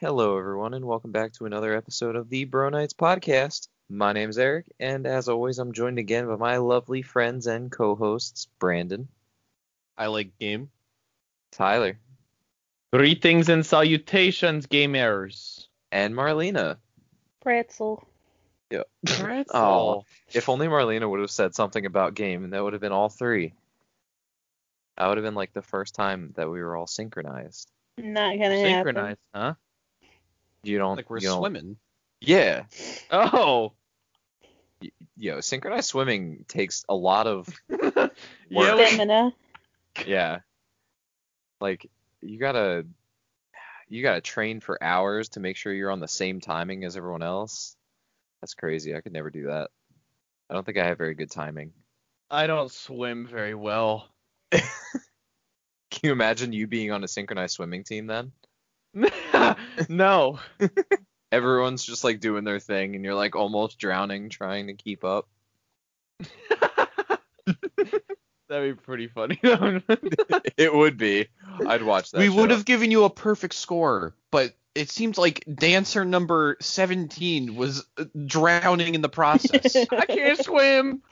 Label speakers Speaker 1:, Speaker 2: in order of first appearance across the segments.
Speaker 1: Hello, everyone, and welcome back to another episode of the Bro Nights podcast. My name's Eric, and as always, I'm joined again by my lovely friends and co-hosts, Brandon,
Speaker 2: I like game.
Speaker 1: Tyler,
Speaker 2: Greetings and salutations, gamers.
Speaker 1: and Marlena.
Speaker 3: Pretzel.
Speaker 2: Oh,
Speaker 1: Aw. If only Marlena would have said something about game, and that would have been all three. That would have been like the first time that we were all synchronized.
Speaker 3: Not gonna happen.
Speaker 2: synchronized, huh?
Speaker 1: You don't
Speaker 2: Like we're
Speaker 1: you don't-
Speaker 2: swimming.
Speaker 1: Yeah,
Speaker 2: Oh,
Speaker 1: yo, synchronized swimming takes a lot of
Speaker 2: yeah. we-
Speaker 3: Stamina.
Speaker 1: yeah like you gotta you gotta train for hours to make sure you're on the same timing as everyone else that's crazy i could never do that i don't think i have very good timing
Speaker 2: I don't swim very well.
Speaker 1: can you imagine you being on a synchronized swimming team then
Speaker 2: no.
Speaker 1: everyone's just like doing their thing and you're like almost drowning trying to keep up
Speaker 2: That'd be pretty funny. though.
Speaker 1: it would be i'd watch that
Speaker 4: we
Speaker 1: show.
Speaker 4: would have given you a perfect score, but it seems like dancer number 17 was uh, drowning in the process.
Speaker 2: I can't swim.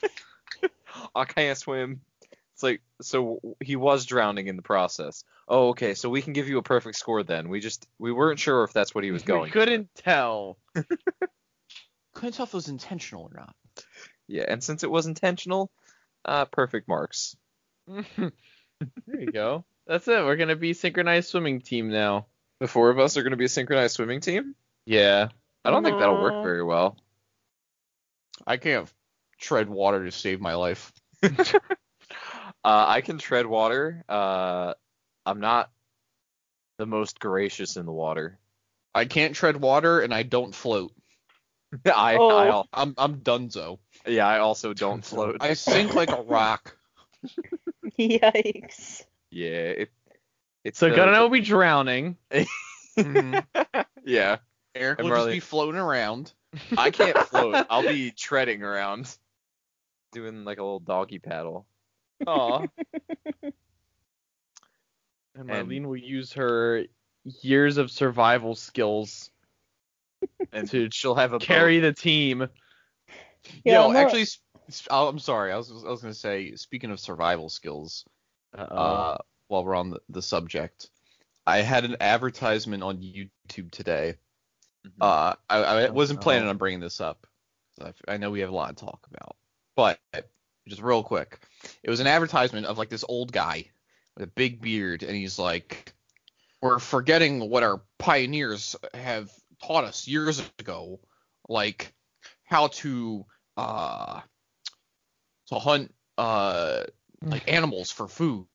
Speaker 1: Oh, I can't swim. It's like so he was drowning in the process. Oh, okay. So we can give you a perfect score then. We just we weren't sure if that's what he was
Speaker 2: We
Speaker 1: going.
Speaker 2: couldn't tell.
Speaker 4: Couldn't tell if it was intentional or not.
Speaker 1: Yeah, and since it was intentional, uh, perfect marks.
Speaker 2: there you go. That's it. We're gonna be synchronized swimming team now.
Speaker 1: The four of us are going to be a synchronized swimming team.
Speaker 2: Yeah.
Speaker 1: I don't think that'll work
Speaker 3: Aw.
Speaker 1: very well.
Speaker 4: I can't tread water to save my life.
Speaker 1: Uh, I can tread water. Uh, I'm not the most gracious in the water.
Speaker 4: I can't tread water and I don't float.
Speaker 1: I,
Speaker 3: Oh.
Speaker 1: I al-
Speaker 4: I'm I'm dunzo.
Speaker 1: yeah, I also don't float.
Speaker 4: I sink like a rock.
Speaker 3: Yikes.
Speaker 1: yeah, it, it's
Speaker 2: So
Speaker 1: the-
Speaker 2: gonna be drowning.
Speaker 4: Mhm.
Speaker 1: Yeah.
Speaker 4: Eric
Speaker 1: And
Speaker 4: will
Speaker 1: Marley-
Speaker 4: just be floating around.
Speaker 1: I can't float. I'll be treading around, doing like a little doggy paddle.
Speaker 2: Aw. and Marlene will use her years of survival skills
Speaker 1: And
Speaker 2: Dude,
Speaker 1: she'll have a boat.
Speaker 2: carry the team.
Speaker 3: Yeah,
Speaker 4: no,
Speaker 3: I'm not-
Speaker 4: actually, s- s- oh, I'm sorry. I was I was gonna say. Speaking of survival skills, uh, while we're on the, the subject, I had an advertisement on YouTube today.
Speaker 1: Mhm.
Speaker 4: Uh, I, I
Speaker 2: Oh,
Speaker 4: wasn't
Speaker 2: no.
Speaker 4: planning on bringing this up. 'cause I, f- I know we have a lot to talk about, but just real quick, it was an advertisement of like this old guy with a big beard, and he's like, "We're forgetting what our pioneers have taught us years ago, like how to uh to hunt uh like animals for food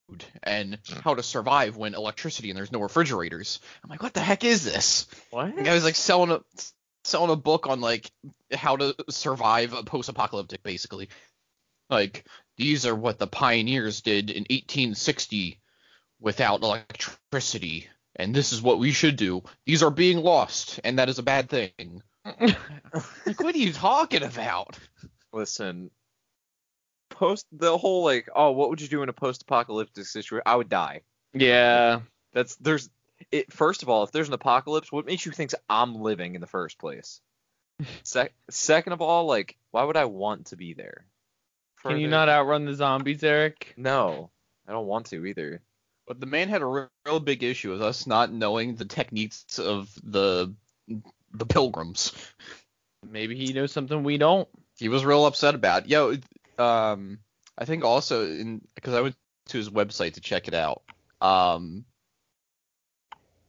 Speaker 4: and how to survive when electricity and there's no refrigerators." I'm like, "What the heck is this?"
Speaker 2: what?
Speaker 4: I was like selling a selling a book on like how to survive a post-apocalyptic, basically. Like these are what the pioneers did in 1860 without electricity, and this is what we should do. These are being lost, and that is a bad thing. like, what are you talking about?
Speaker 1: Listen, post the whole like, oh, what would you do in a post-apocalyptic situation? I would die.
Speaker 2: yeah.
Speaker 1: That's there's it. First of all, if there's an apocalypse, what makes you think I'm living in the first place? Sec- second of all, like, why would I want to be there?
Speaker 2: Can
Speaker 1: Further-
Speaker 2: you not outrun the zombies, Eric?
Speaker 1: No, I don't want to either.
Speaker 4: But the man had a real, real big issue with us not knowing the techniques of the the pilgrims.
Speaker 2: Maybe he knows something we don't.
Speaker 4: he was real upset about. It. Yo, it- um, I think also in because I went to his website to check it out. Um,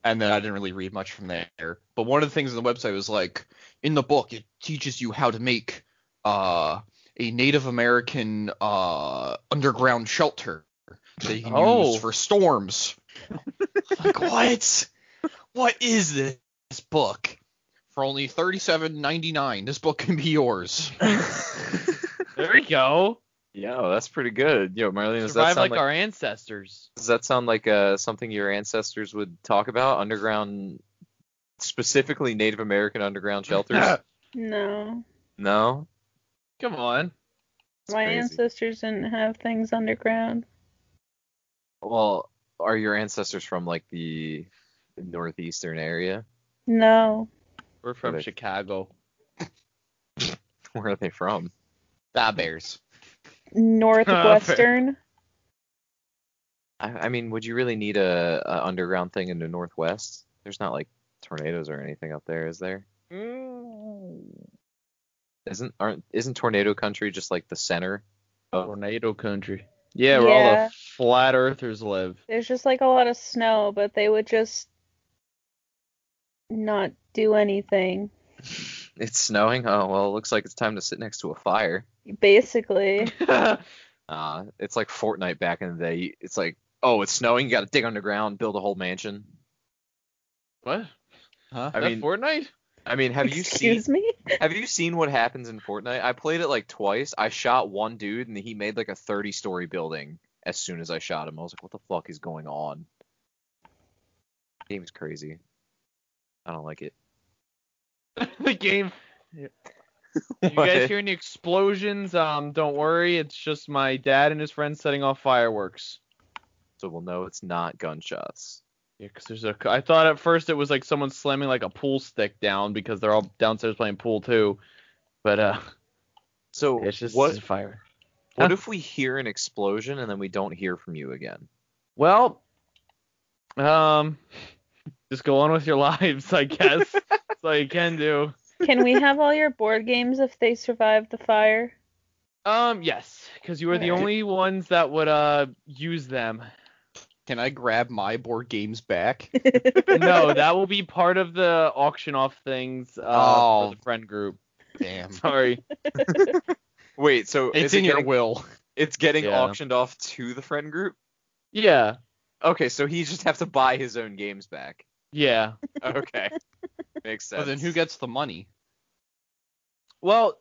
Speaker 4: and then I didn't really read much from there. But one of the things on the website was like, in the book, it teaches you how to make uh a Native American uh underground shelter that you can
Speaker 2: Oh.
Speaker 4: use for storms. like what? What is this book? For only thirty-seven ninety-nine, this book can be yours.
Speaker 2: There we go.
Speaker 1: Yo, that's pretty good. Yo, Marlene, does that
Speaker 2: Survive
Speaker 1: sound
Speaker 2: like,
Speaker 1: like
Speaker 2: our ancestors.
Speaker 1: Does that sound like uh, something your ancestors would talk about? Underground, specifically Native American underground shelters?
Speaker 3: No.
Speaker 1: no?
Speaker 2: Come on.
Speaker 1: It's
Speaker 3: My
Speaker 1: crazy.
Speaker 3: ancestors didn't have things underground.
Speaker 1: Well, are your ancestors from like the northeastern area?
Speaker 3: No.
Speaker 2: We're from
Speaker 1: Right.
Speaker 2: Chicago.
Speaker 1: Where are they from?
Speaker 4: Da Bears.
Speaker 3: Northwestern.
Speaker 1: I, I mean, would you really need a, a underground thing in the Northwest? There's not like tornadoes or anything up there, is there? Isn't aren't isn't tornado country just like the center?
Speaker 2: Tornado country. Yeah, where all
Speaker 3: Yeah.
Speaker 2: the flat earthers live.
Speaker 3: There's just like a lot of snow, but they would just not do anything.
Speaker 1: It's snowing. Oh well, it looks like it's time to sit next to a fire.
Speaker 3: Basically.
Speaker 1: Uh, it's like Fortnite back in the day. It's like, oh, it's snowing. You got to dig underground, build a whole mansion.
Speaker 2: what?
Speaker 4: Huh?
Speaker 1: I
Speaker 2: Is that
Speaker 1: mean,
Speaker 2: Fortnite?
Speaker 1: I mean, have you seen
Speaker 3: Excuse me?
Speaker 1: have you seen what happens in Fortnite? I played it like twice. I shot one dude and he made like a 30 story building as soon as I shot him. I was like, what the fuck is going on? Game's crazy. I don't like it.
Speaker 2: the game. You guys hear any explosions? Um, don't worry. It's just my dad and his friend setting off fireworks.
Speaker 1: so we'll know it's not gunshots.
Speaker 2: Yeah, 'cause there's a. I thought at first it was like someone slamming like a pool stick down because they're all downstairs playing pool too. But uh,
Speaker 1: So
Speaker 2: it's just
Speaker 1: what
Speaker 2: fire.
Speaker 1: what if we hear an explosion and then we don't hear from you again?
Speaker 2: Well, um, just go on with your lives, I guess. That's all you can do.
Speaker 3: Can we have all your board games if they survive the fire?
Speaker 2: Um, yes, because you were the
Speaker 1: Alright.
Speaker 2: only ones that would uh use them.
Speaker 4: Can I grab my board games back?
Speaker 2: No, that will be part of the auction off things. Uh,
Speaker 4: Oh.
Speaker 2: for the friend group.
Speaker 4: Damn.
Speaker 2: Sorry.
Speaker 1: Wait, so
Speaker 4: It's in your will.
Speaker 1: it's getting
Speaker 2: Yeah.
Speaker 1: auctioned off to the friend group?
Speaker 2: Yeah.
Speaker 1: Okay, so he just have to buy his own games back.
Speaker 2: Yeah.
Speaker 1: Okay. Makes sense.
Speaker 4: But then who gets the money?
Speaker 2: Well,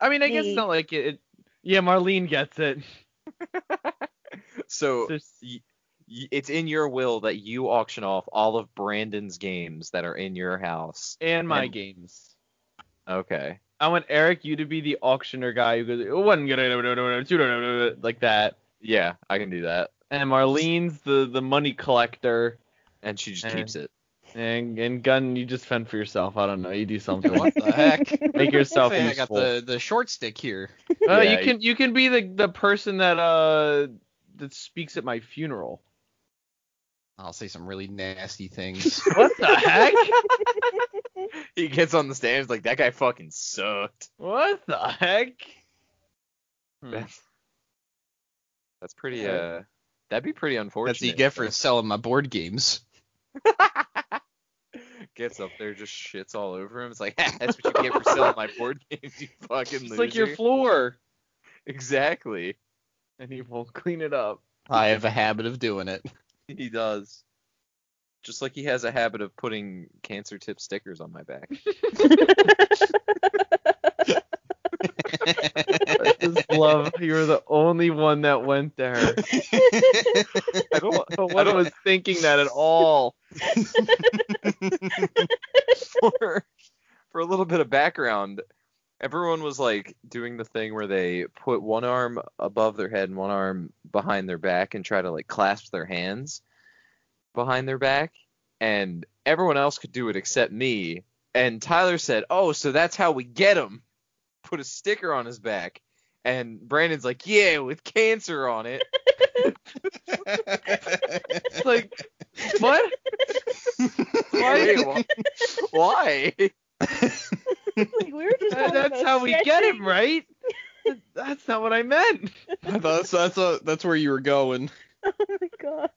Speaker 2: I mean, I guess
Speaker 3: Me.
Speaker 2: it's not like it. it yeah, Marlene gets it.
Speaker 4: Oh.
Speaker 1: so
Speaker 2: It's just-
Speaker 1: y- it's in your will that you auction off all of Brandon's games that are in your house.
Speaker 2: and my
Speaker 1: and-
Speaker 2: games.
Speaker 1: Okay.
Speaker 2: I want Eric, you to be the auctioner guy who goes one like that,
Speaker 1: Yeah, I can do that.
Speaker 2: and Marlene's the the money collector,
Speaker 1: And she just
Speaker 2: Eh.
Speaker 1: keeps it.
Speaker 2: and and Gun, you just fend for yourself. I don't know, you do something.
Speaker 4: What the heck?
Speaker 2: Make yourself
Speaker 4: Say I got
Speaker 2: useful.
Speaker 4: the, the short stick here.
Speaker 2: Uh,
Speaker 1: Yeah,
Speaker 2: you can you can be the the person that uh that speaks at my funeral.
Speaker 4: I'll say some really nasty things.
Speaker 2: What the heck?
Speaker 1: He gets on the stage like that guy fucking sucked.
Speaker 2: What the heck? Hmm.
Speaker 1: That's pretty
Speaker 2: Yeah.
Speaker 1: uh that'd be pretty unfortunate.
Speaker 4: That's what you get for selling my board games.
Speaker 1: gets up there, just shits all over him. It's like that's what you get for selling my board games, you fucking
Speaker 2: It's
Speaker 1: loser.
Speaker 2: like your floor,
Speaker 1: exactly.
Speaker 2: and he won't clean it up.
Speaker 4: I have a habit of doing it.
Speaker 1: He does. Just like he has a habit of putting cancer tip stickers on my back.
Speaker 2: I just love you were the only one that went there. I don't, I don't, was thinking that at all.
Speaker 1: for for a little bit of background, everyone was like doing the thing where they put one arm above their head and one arm behind their back and try to like clasp their hands behind their back, and everyone else could do it except me. And Tyler said, "Oh, so that's how we get him." Put a sticker on his back, and Brandon's like, "Yeah, with cancer on it."
Speaker 2: It's like, what? Why?
Speaker 1: Wait, wha- Why?
Speaker 3: Like, we were just
Speaker 2: That-
Speaker 3: talking
Speaker 2: that's
Speaker 3: about
Speaker 2: how we get
Speaker 3: sketching.
Speaker 2: him, right? That's not what I meant.
Speaker 4: that's that's a, that's where you were going.
Speaker 3: Oh my god.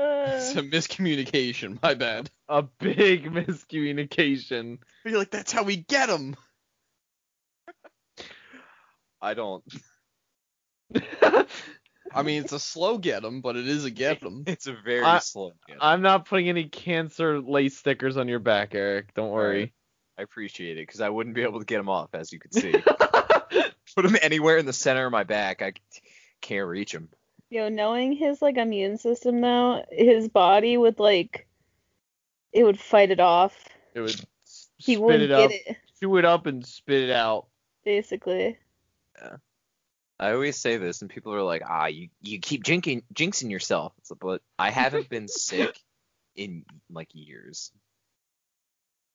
Speaker 3: Uh,
Speaker 4: It's a miscommunication. My bad.
Speaker 2: A big miscommunication.
Speaker 4: You're like, that's how we get them.
Speaker 1: I don't.
Speaker 4: I mean, it's a slow get them, but it is a get them.
Speaker 1: It's a very
Speaker 2: I-
Speaker 1: slow. get.
Speaker 2: I'm not putting any cancer lace stickers on your back, Eric. Don't worry.
Speaker 1: I appreciate it because I wouldn't be able to get him off, as you could see. Put him anywhere in the center of my back, I c- can't reach him.
Speaker 3: yo, knowing his like immune system though, his body would like it would fight it off.
Speaker 2: It would s-
Speaker 3: He
Speaker 2: spit
Speaker 3: wouldn't
Speaker 2: it
Speaker 3: get
Speaker 2: up,
Speaker 3: it,
Speaker 2: chew it up, and spit it out.
Speaker 3: basically.
Speaker 1: I always say this, and people are like, "Ah, you you keep jinxing jinxing yourself." It's like, but I haven't been sick in like years.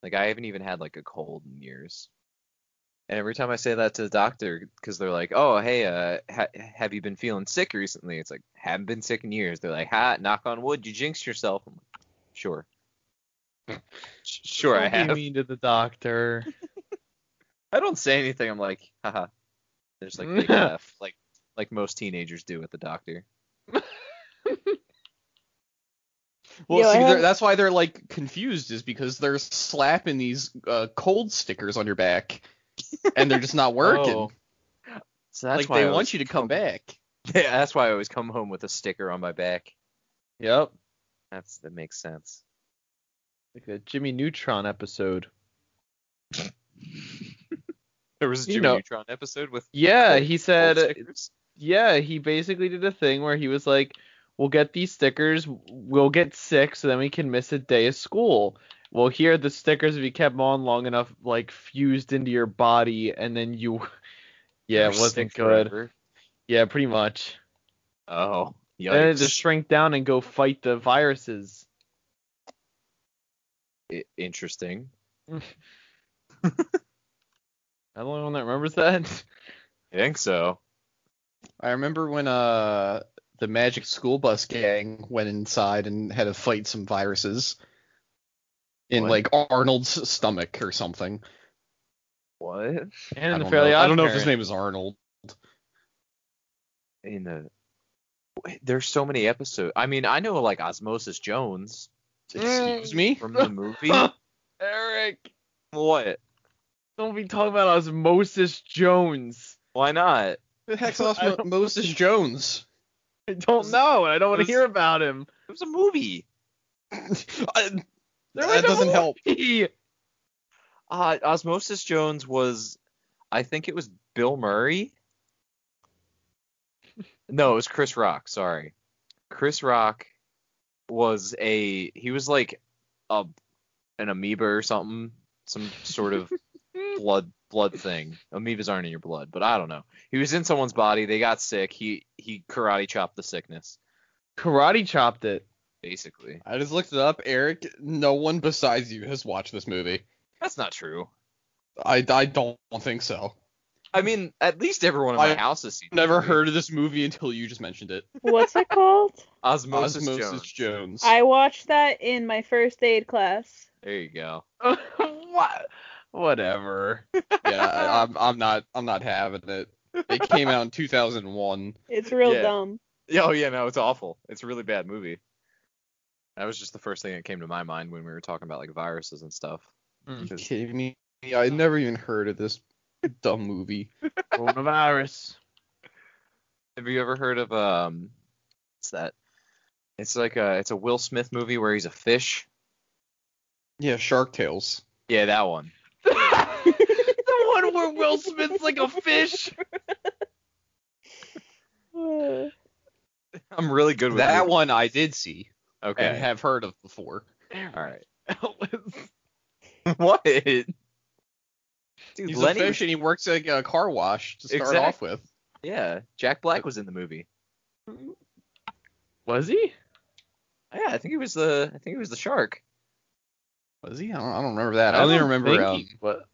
Speaker 1: Like I haven't even had like a cold in years. And every time I say that to the doctor, because they're like, "Oh, hey, uh, ha- have you been feeling sick recently?" It's like, "Haven't been sick in years." They're like, "Ha, knock on wood, you jinxed yourself." I'm like, sure. sure, I
Speaker 2: Don't be
Speaker 1: have.
Speaker 2: mean to the doctor.
Speaker 1: I don't say anything. I'm like, haha. There's like big laugh, like like most teenagers do at the doctor.
Speaker 4: Well,
Speaker 3: Yo, I
Speaker 4: see, they're
Speaker 3: have-
Speaker 4: that's why they're like confused is because they're slapping these uh, cold stickers on your back, and they're just not working.
Speaker 2: Oh.
Speaker 1: So that's
Speaker 4: like
Speaker 1: why
Speaker 4: they
Speaker 1: I
Speaker 4: want
Speaker 1: always
Speaker 4: you to come back.
Speaker 1: Yeah, that's why I always come home with a sticker on my back.
Speaker 2: Yep.
Speaker 1: That's that makes sense.
Speaker 2: Like a Jimmy Neutron episode.
Speaker 1: There was a
Speaker 2: You
Speaker 1: Jimmy
Speaker 2: know-
Speaker 1: Neutron episode with
Speaker 2: Yeah,
Speaker 1: Cold-
Speaker 2: he
Speaker 1: gold
Speaker 2: said.
Speaker 1: stickers.
Speaker 2: Yeah, he basically did a thing where he was like, "We'll get these stickers. We'll get sick, so then we can miss a day of school. Well, here are the stickers. If you kept them on long enough, like fused into your body, and then you,
Speaker 1: You're
Speaker 2: yeah, it wasn't
Speaker 1: sick
Speaker 2: good.
Speaker 1: forever.
Speaker 2: Yeah, pretty much.
Speaker 1: Oh,
Speaker 2: And Then it
Speaker 1: yikes.
Speaker 2: just shrink down and go fight the viruses.
Speaker 1: I- interesting.
Speaker 2: I'm the only one that remembers that.
Speaker 1: I think so.
Speaker 4: I remember when uh the Magic School Bus gang went inside and had to fight some viruses in
Speaker 1: What?
Speaker 4: like Arnold's stomach or something.
Speaker 1: What?
Speaker 4: I
Speaker 2: And the
Speaker 4: don't,
Speaker 2: Fairly
Speaker 4: know. I
Speaker 2: Odd
Speaker 4: don't know if his
Speaker 2: Parents.
Speaker 4: name is Arnold.
Speaker 1: In the there's so many episodes. I mean, I know like Osmosis Jones
Speaker 4: Excuse me.
Speaker 1: from the movie.
Speaker 2: Eric.
Speaker 1: what?
Speaker 2: Don't be talking about Osmosis Jones.
Speaker 1: Why not?
Speaker 4: Who the heck's
Speaker 2: I
Speaker 4: Osmo-
Speaker 2: don't-
Speaker 4: Moses Jones?
Speaker 2: I don't know. and I don't want to
Speaker 1: Os-
Speaker 2: hear about him.
Speaker 1: It was a movie.
Speaker 4: I-
Speaker 2: There
Speaker 4: That
Speaker 2: was a
Speaker 4: doesn't help.
Speaker 2: movie.
Speaker 1: Uh, Osmosis Jones was, I think it was Bill Murray. No, it was Chris Rock. Sorry, Chris Rock was a he was like a an amoeba or something, some sort of blood blood thing. Amoebas aren't in your blood, but I don't know. He was in someone's body. They got sick. He he karate chopped the sickness,
Speaker 2: Karate chopped it.
Speaker 1: basically.
Speaker 4: I just looked it up, Eric. No one besides you has watched this movie.
Speaker 1: That's not true.
Speaker 4: I, I don't think so.
Speaker 1: I mean, at least everyone in my
Speaker 4: I
Speaker 1: house has seen.
Speaker 4: Never
Speaker 1: it.
Speaker 4: heard of this movie until you just mentioned it.
Speaker 3: What's it called?
Speaker 1: Osmosis,
Speaker 4: Osmosis
Speaker 1: Jones.
Speaker 4: Jones.
Speaker 3: I watched that in my first aid class.
Speaker 1: There you go.
Speaker 2: what? Whatever.
Speaker 4: yeah, I, I'm, I'm not I'm not having it. It came out in 2001.
Speaker 3: It's real
Speaker 1: Yeah.
Speaker 3: dumb.
Speaker 1: Yeah, Oh yeah, no, it's awful. It's a really bad movie. That was just the first thing that came to my mind when we were talking about like viruses and stuff.
Speaker 2: Mm.
Speaker 1: Because-
Speaker 4: kidding me? I never even heard of this dumb movie.
Speaker 2: Coronavirus.
Speaker 1: Have you ever heard of um? It's that. It's like a it's a Will Smith movie where he's a fish.
Speaker 4: Yeah, Shark Tales.
Speaker 1: Yeah, that one.
Speaker 2: the one where Will Smith's like a fish.
Speaker 3: Ugh.
Speaker 1: I'm really good with
Speaker 4: That
Speaker 1: movies.
Speaker 4: one I did see and
Speaker 1: Okay.
Speaker 4: have heard of before.
Speaker 1: All right.
Speaker 2: Ellis.
Speaker 1: what? Dude,
Speaker 4: He's
Speaker 1: Lenny.
Speaker 4: a fish and he works at a car wash to start off with.
Speaker 1: Yeah, Jack Black was in the movie.
Speaker 2: Was he?
Speaker 1: Yeah, I think he was the I think he was the shark.
Speaker 4: Was he? I don't, I don't remember that. I, only remember
Speaker 2: think
Speaker 4: um,
Speaker 2: he- what?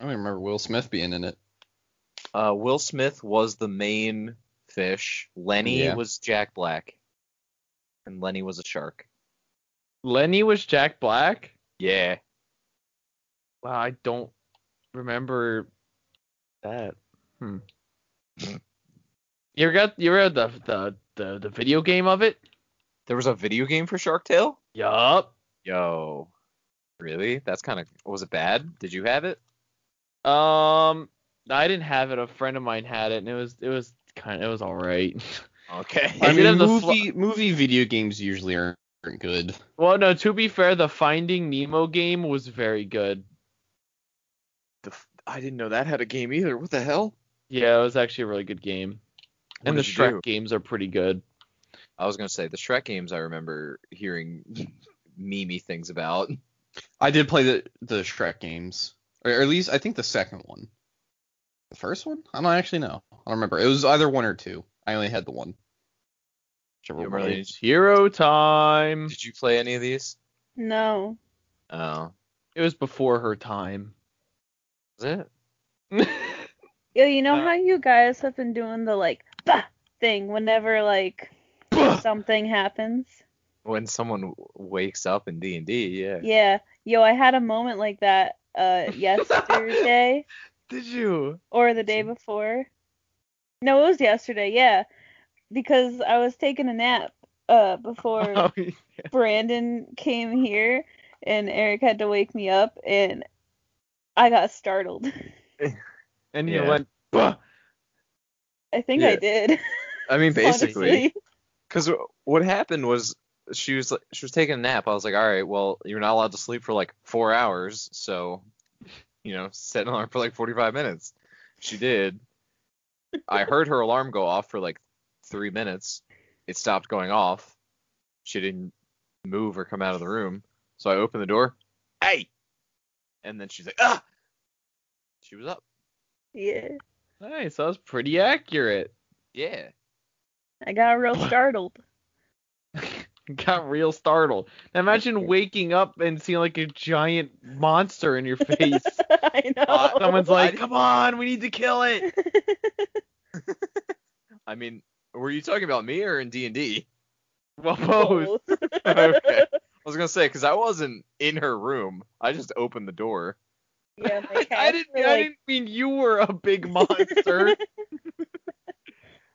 Speaker 4: I only remember Will Smith being in it.
Speaker 1: Uh, Will Smith was the main fish. Lenny
Speaker 4: Yeah.
Speaker 1: was Jack Black, and Lenny was a shark.
Speaker 2: Lenny was Jack Black.
Speaker 1: Yeah.
Speaker 2: Wow, I don't remember that. Hmm. you ever got you ever had the, the the the video game of it?
Speaker 1: There was a video game for Shark Tale.
Speaker 2: Yup.
Speaker 1: Yo. Really? That's kind of was it bad? Did you have it?
Speaker 2: Um, I didn't have it. A friend of mine had it, and it was it was kind of it was all right.
Speaker 1: Okay.
Speaker 2: I
Speaker 4: I
Speaker 2: If mean, it has
Speaker 4: mean,
Speaker 2: the
Speaker 4: movie movie video games usually aren't good.
Speaker 2: well, no, to be fair, the Finding Nemo game was very good.
Speaker 1: I didn't know that had a game either. What the hell?
Speaker 2: Yeah, it was actually a really good game.
Speaker 1: What
Speaker 2: and the
Speaker 1: did you
Speaker 2: Shrek
Speaker 1: do?
Speaker 2: games are pretty good.
Speaker 1: I was gonna say the Shrek games. I remember hearing memey things about.
Speaker 4: I did play the the Shrek games, or at least I think the second one. The first one? I don't actually know. I don't remember. It was either one or two. I only had the one.
Speaker 1: You really-
Speaker 2: It's hero time.
Speaker 1: Did you play any of these?
Speaker 3: No.
Speaker 1: Oh,
Speaker 2: It was before her time.
Speaker 1: is it?
Speaker 3: Yo, you know
Speaker 2: Uh,
Speaker 3: how you guys have been doing the like bah thing whenever like something happens?
Speaker 1: When someone w- wakes up in D and D, yeah.
Speaker 3: Yeah. Yo, I had a moment like that uh yesterday
Speaker 2: Did you?
Speaker 3: or the day before. No, it was yesterday, yeah. Because I was taking a nap uh before
Speaker 2: Oh,
Speaker 3: Brandon came here and Eric had to wake me up and I got startled.
Speaker 2: and
Speaker 1: Yeah.
Speaker 2: you went. Bah!
Speaker 3: I think I
Speaker 1: Yeah.
Speaker 3: did.
Speaker 1: I mean, basically,
Speaker 3: honestly.
Speaker 1: because what happened was she was like- she was taking a nap. I was like, all right, well, you're not allowed to sleep for like four hours, so you know, set an alarm for like 45 minutes. She did. I heard her alarm go off for like three minutes. It stopped going off. She didn't move or come out of the room. So I opened the door. Hey! And then she's like, ah! She was up.
Speaker 3: Yeah.
Speaker 2: Nice. That was pretty accurate.
Speaker 1: Yeah.
Speaker 3: I got real startled.
Speaker 2: Got real startled. Now imagine waking up and seeing like a giant monster in your face.
Speaker 3: I know.
Speaker 1: Uh,
Speaker 2: Someone's like, "Come on, we need to kill it."
Speaker 1: I mean, were you talking about me or in D&D?
Speaker 2: Well, both.
Speaker 3: Both.
Speaker 1: okay. I was gonna say because I wasn't in her room. I just opened the door.
Speaker 3: Yeah, my
Speaker 2: I,
Speaker 3: cats
Speaker 2: I didn't.
Speaker 3: were
Speaker 2: I
Speaker 3: like
Speaker 2: didn't mean you were a big monster.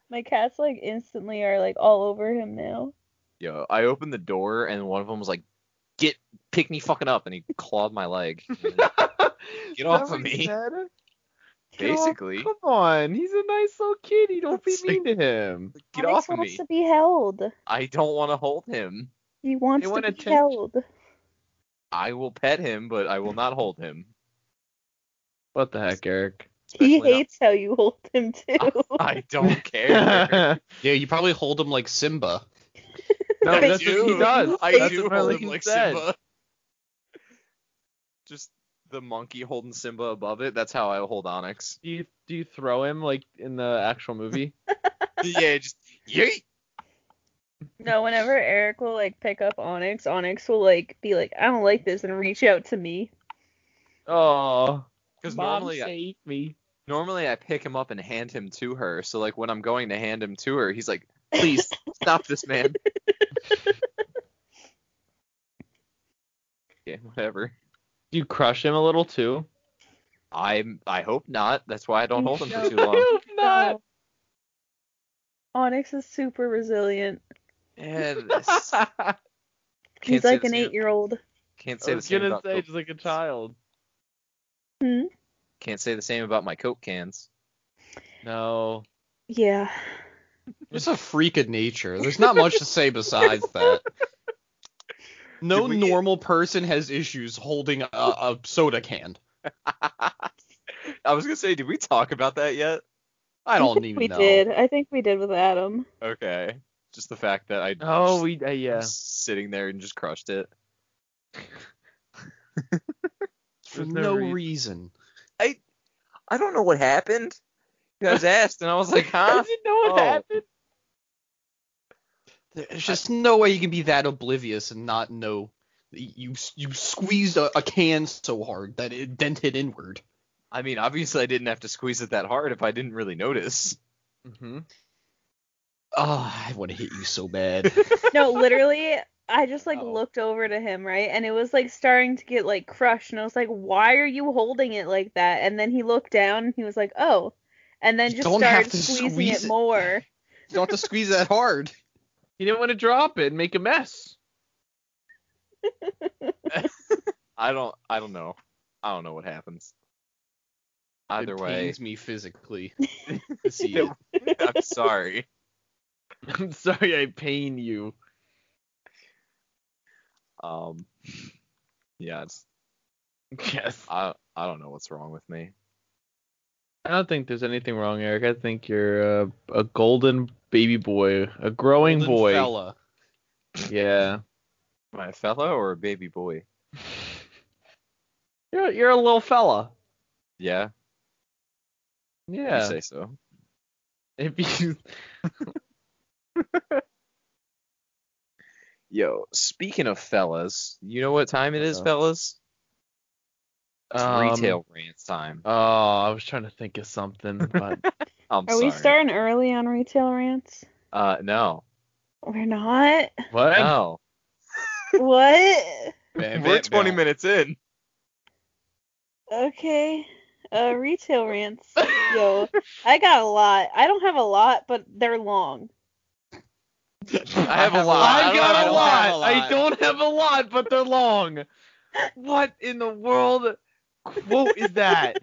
Speaker 3: my cats like instantly are like all over him now.
Speaker 1: Yo, I opened the door and one of them was like, "Get, pick me fucking up," and he clawed my leg.
Speaker 2: Get
Speaker 1: off of me. Basically.
Speaker 2: Come on, he's a nice little kid. You don't be
Speaker 1: It's like-
Speaker 2: mean to him.
Speaker 1: Get
Speaker 3: Alex
Speaker 1: off of
Speaker 3: wants
Speaker 1: me!
Speaker 3: to be held.
Speaker 1: I don't want to hold him.
Speaker 3: He wants
Speaker 2: They
Speaker 3: to
Speaker 2: want
Speaker 3: be
Speaker 2: attention.
Speaker 3: held.
Speaker 1: I will pet him, but I will not hold him.
Speaker 2: What the heck, Eric?
Speaker 3: He
Speaker 1: Especially not-
Speaker 3: hates how you hold him too.
Speaker 4: Oh.
Speaker 1: I don't care.
Speaker 4: Yeah, you probably hold him like Simba.
Speaker 2: No,
Speaker 1: I
Speaker 2: that's
Speaker 1: do.
Speaker 2: what he does.
Speaker 1: I
Speaker 2: That's
Speaker 1: do hold
Speaker 2: apparently
Speaker 1: him
Speaker 2: he
Speaker 1: like
Speaker 2: said.
Speaker 1: Simba. Just the monkey holding Simba above it. That's how I hold Onyx.
Speaker 2: Do you do you throw him like in the actual movie?
Speaker 1: yeah, just yeet.
Speaker 3: no, whenever Eric will like pick up Onyx, Onyx will like be like, I don't like this and reach out to me.
Speaker 2: Oh,
Speaker 1: Because
Speaker 2: Mom
Speaker 1: normally, I,
Speaker 2: save me.
Speaker 1: normally I pick him up and hand him to her. So like when I'm going to hand him to her, he's like, "Please stop this man." okay, whatever.
Speaker 2: Do you crush him a little too?
Speaker 1: I'm. I hope not. That's why I don't hold him for too
Speaker 2: I
Speaker 1: long.
Speaker 2: hope not.
Speaker 3: Onyx is super resilient.
Speaker 1: And s- Can't
Speaker 3: He's
Speaker 1: say
Speaker 3: like
Speaker 1: the
Speaker 3: an
Speaker 1: same-
Speaker 3: eight year old.
Speaker 1: Can't
Speaker 2: I
Speaker 1: say the
Speaker 2: was
Speaker 1: same
Speaker 2: gonna
Speaker 1: about.
Speaker 2: say
Speaker 1: Coke-
Speaker 2: just like a child.
Speaker 3: Hmm?
Speaker 1: Can't say the same about my Coke cans.
Speaker 2: No.
Speaker 3: Yeah.
Speaker 4: Just a freak of nature. There's not much to say besides that. No
Speaker 1: Did we get-
Speaker 4: normal person has issues holding a, a soda can.
Speaker 1: I was gonna say, did we talk about that yet?
Speaker 4: I don't
Speaker 3: think
Speaker 4: even
Speaker 3: we
Speaker 4: know.
Speaker 3: did. I think we did with Adam.
Speaker 1: Okay. Just the fact that I.
Speaker 2: Oh, we uh, yeah.
Speaker 1: Sitting there and just crushed it.
Speaker 4: For
Speaker 2: There's no
Speaker 4: no
Speaker 2: reason.
Speaker 4: reason.
Speaker 1: I don't know what happened. You guys asked, and I was like, huh?
Speaker 2: Does it know what
Speaker 1: Oh.
Speaker 2: happened?
Speaker 4: There's just no way you can be that oblivious and not know that you you squeezed a, a can so hard that it dented inward.
Speaker 1: I mean, obviously, I didn't have to squeeze it that hard if I didn't really notice.
Speaker 2: Mm-hmm.
Speaker 4: Oh, I want to hit you so bad.
Speaker 3: No, literally, I just like
Speaker 4: Oh.
Speaker 3: looked over to him, right? And it was like starting to get like crushed. And I was like, why are you holding it like that? And then he looked down and he was like, oh. And then
Speaker 4: You
Speaker 3: just
Speaker 4: don't have
Speaker 3: started
Speaker 4: to
Speaker 3: squeezing it,
Speaker 4: squeeze it.
Speaker 3: more.
Speaker 4: you don't have to squeeze that hard.
Speaker 2: He didn't want to drop it and make a mess.
Speaker 1: I don't. I don't know. I don't know what happens. Either
Speaker 4: it
Speaker 1: way,
Speaker 4: pains me physically. to see it.
Speaker 1: I'm sorry.
Speaker 2: I'm sorry I pain you.
Speaker 1: Um, yeah, it's,
Speaker 2: Yes.
Speaker 1: I I don't know what's wrong with me.
Speaker 2: I don't think there's anything wrong, Eric. I think you're a, a golden baby boy, a growing
Speaker 4: Golden
Speaker 2: boy.
Speaker 4: fella.
Speaker 2: Yeah.
Speaker 1: Am I a fella or a baby boy?
Speaker 2: You're you're a little fella.
Speaker 1: Yeah,
Speaker 2: Yeah.
Speaker 1: you say so.
Speaker 2: If you
Speaker 1: Yo, speaking of fellas, you know what time it is,
Speaker 4: Uh-huh.
Speaker 1: fellas? It's
Speaker 2: Um,
Speaker 1: retail rants time.
Speaker 2: Oh, I was trying to think of something, but
Speaker 1: I'm
Speaker 3: Are
Speaker 1: sorry.
Speaker 3: we starting early on retail rants?
Speaker 1: Uh, no,
Speaker 3: We're not.
Speaker 2: what?
Speaker 1: no.
Speaker 3: what?
Speaker 4: Bam,
Speaker 1: We're
Speaker 4: bam,
Speaker 1: 20
Speaker 4: bam.
Speaker 1: minutes in.
Speaker 3: Okay. Uh, retail rants. Yo, I got a lot. I don't have a lot, but they're long.
Speaker 1: I have a lot. I
Speaker 2: I,
Speaker 1: don't
Speaker 2: got
Speaker 1: have
Speaker 2: a
Speaker 1: a
Speaker 2: lot.
Speaker 1: lot.
Speaker 2: I don't have a lot, but they're long. What in the world quote is that?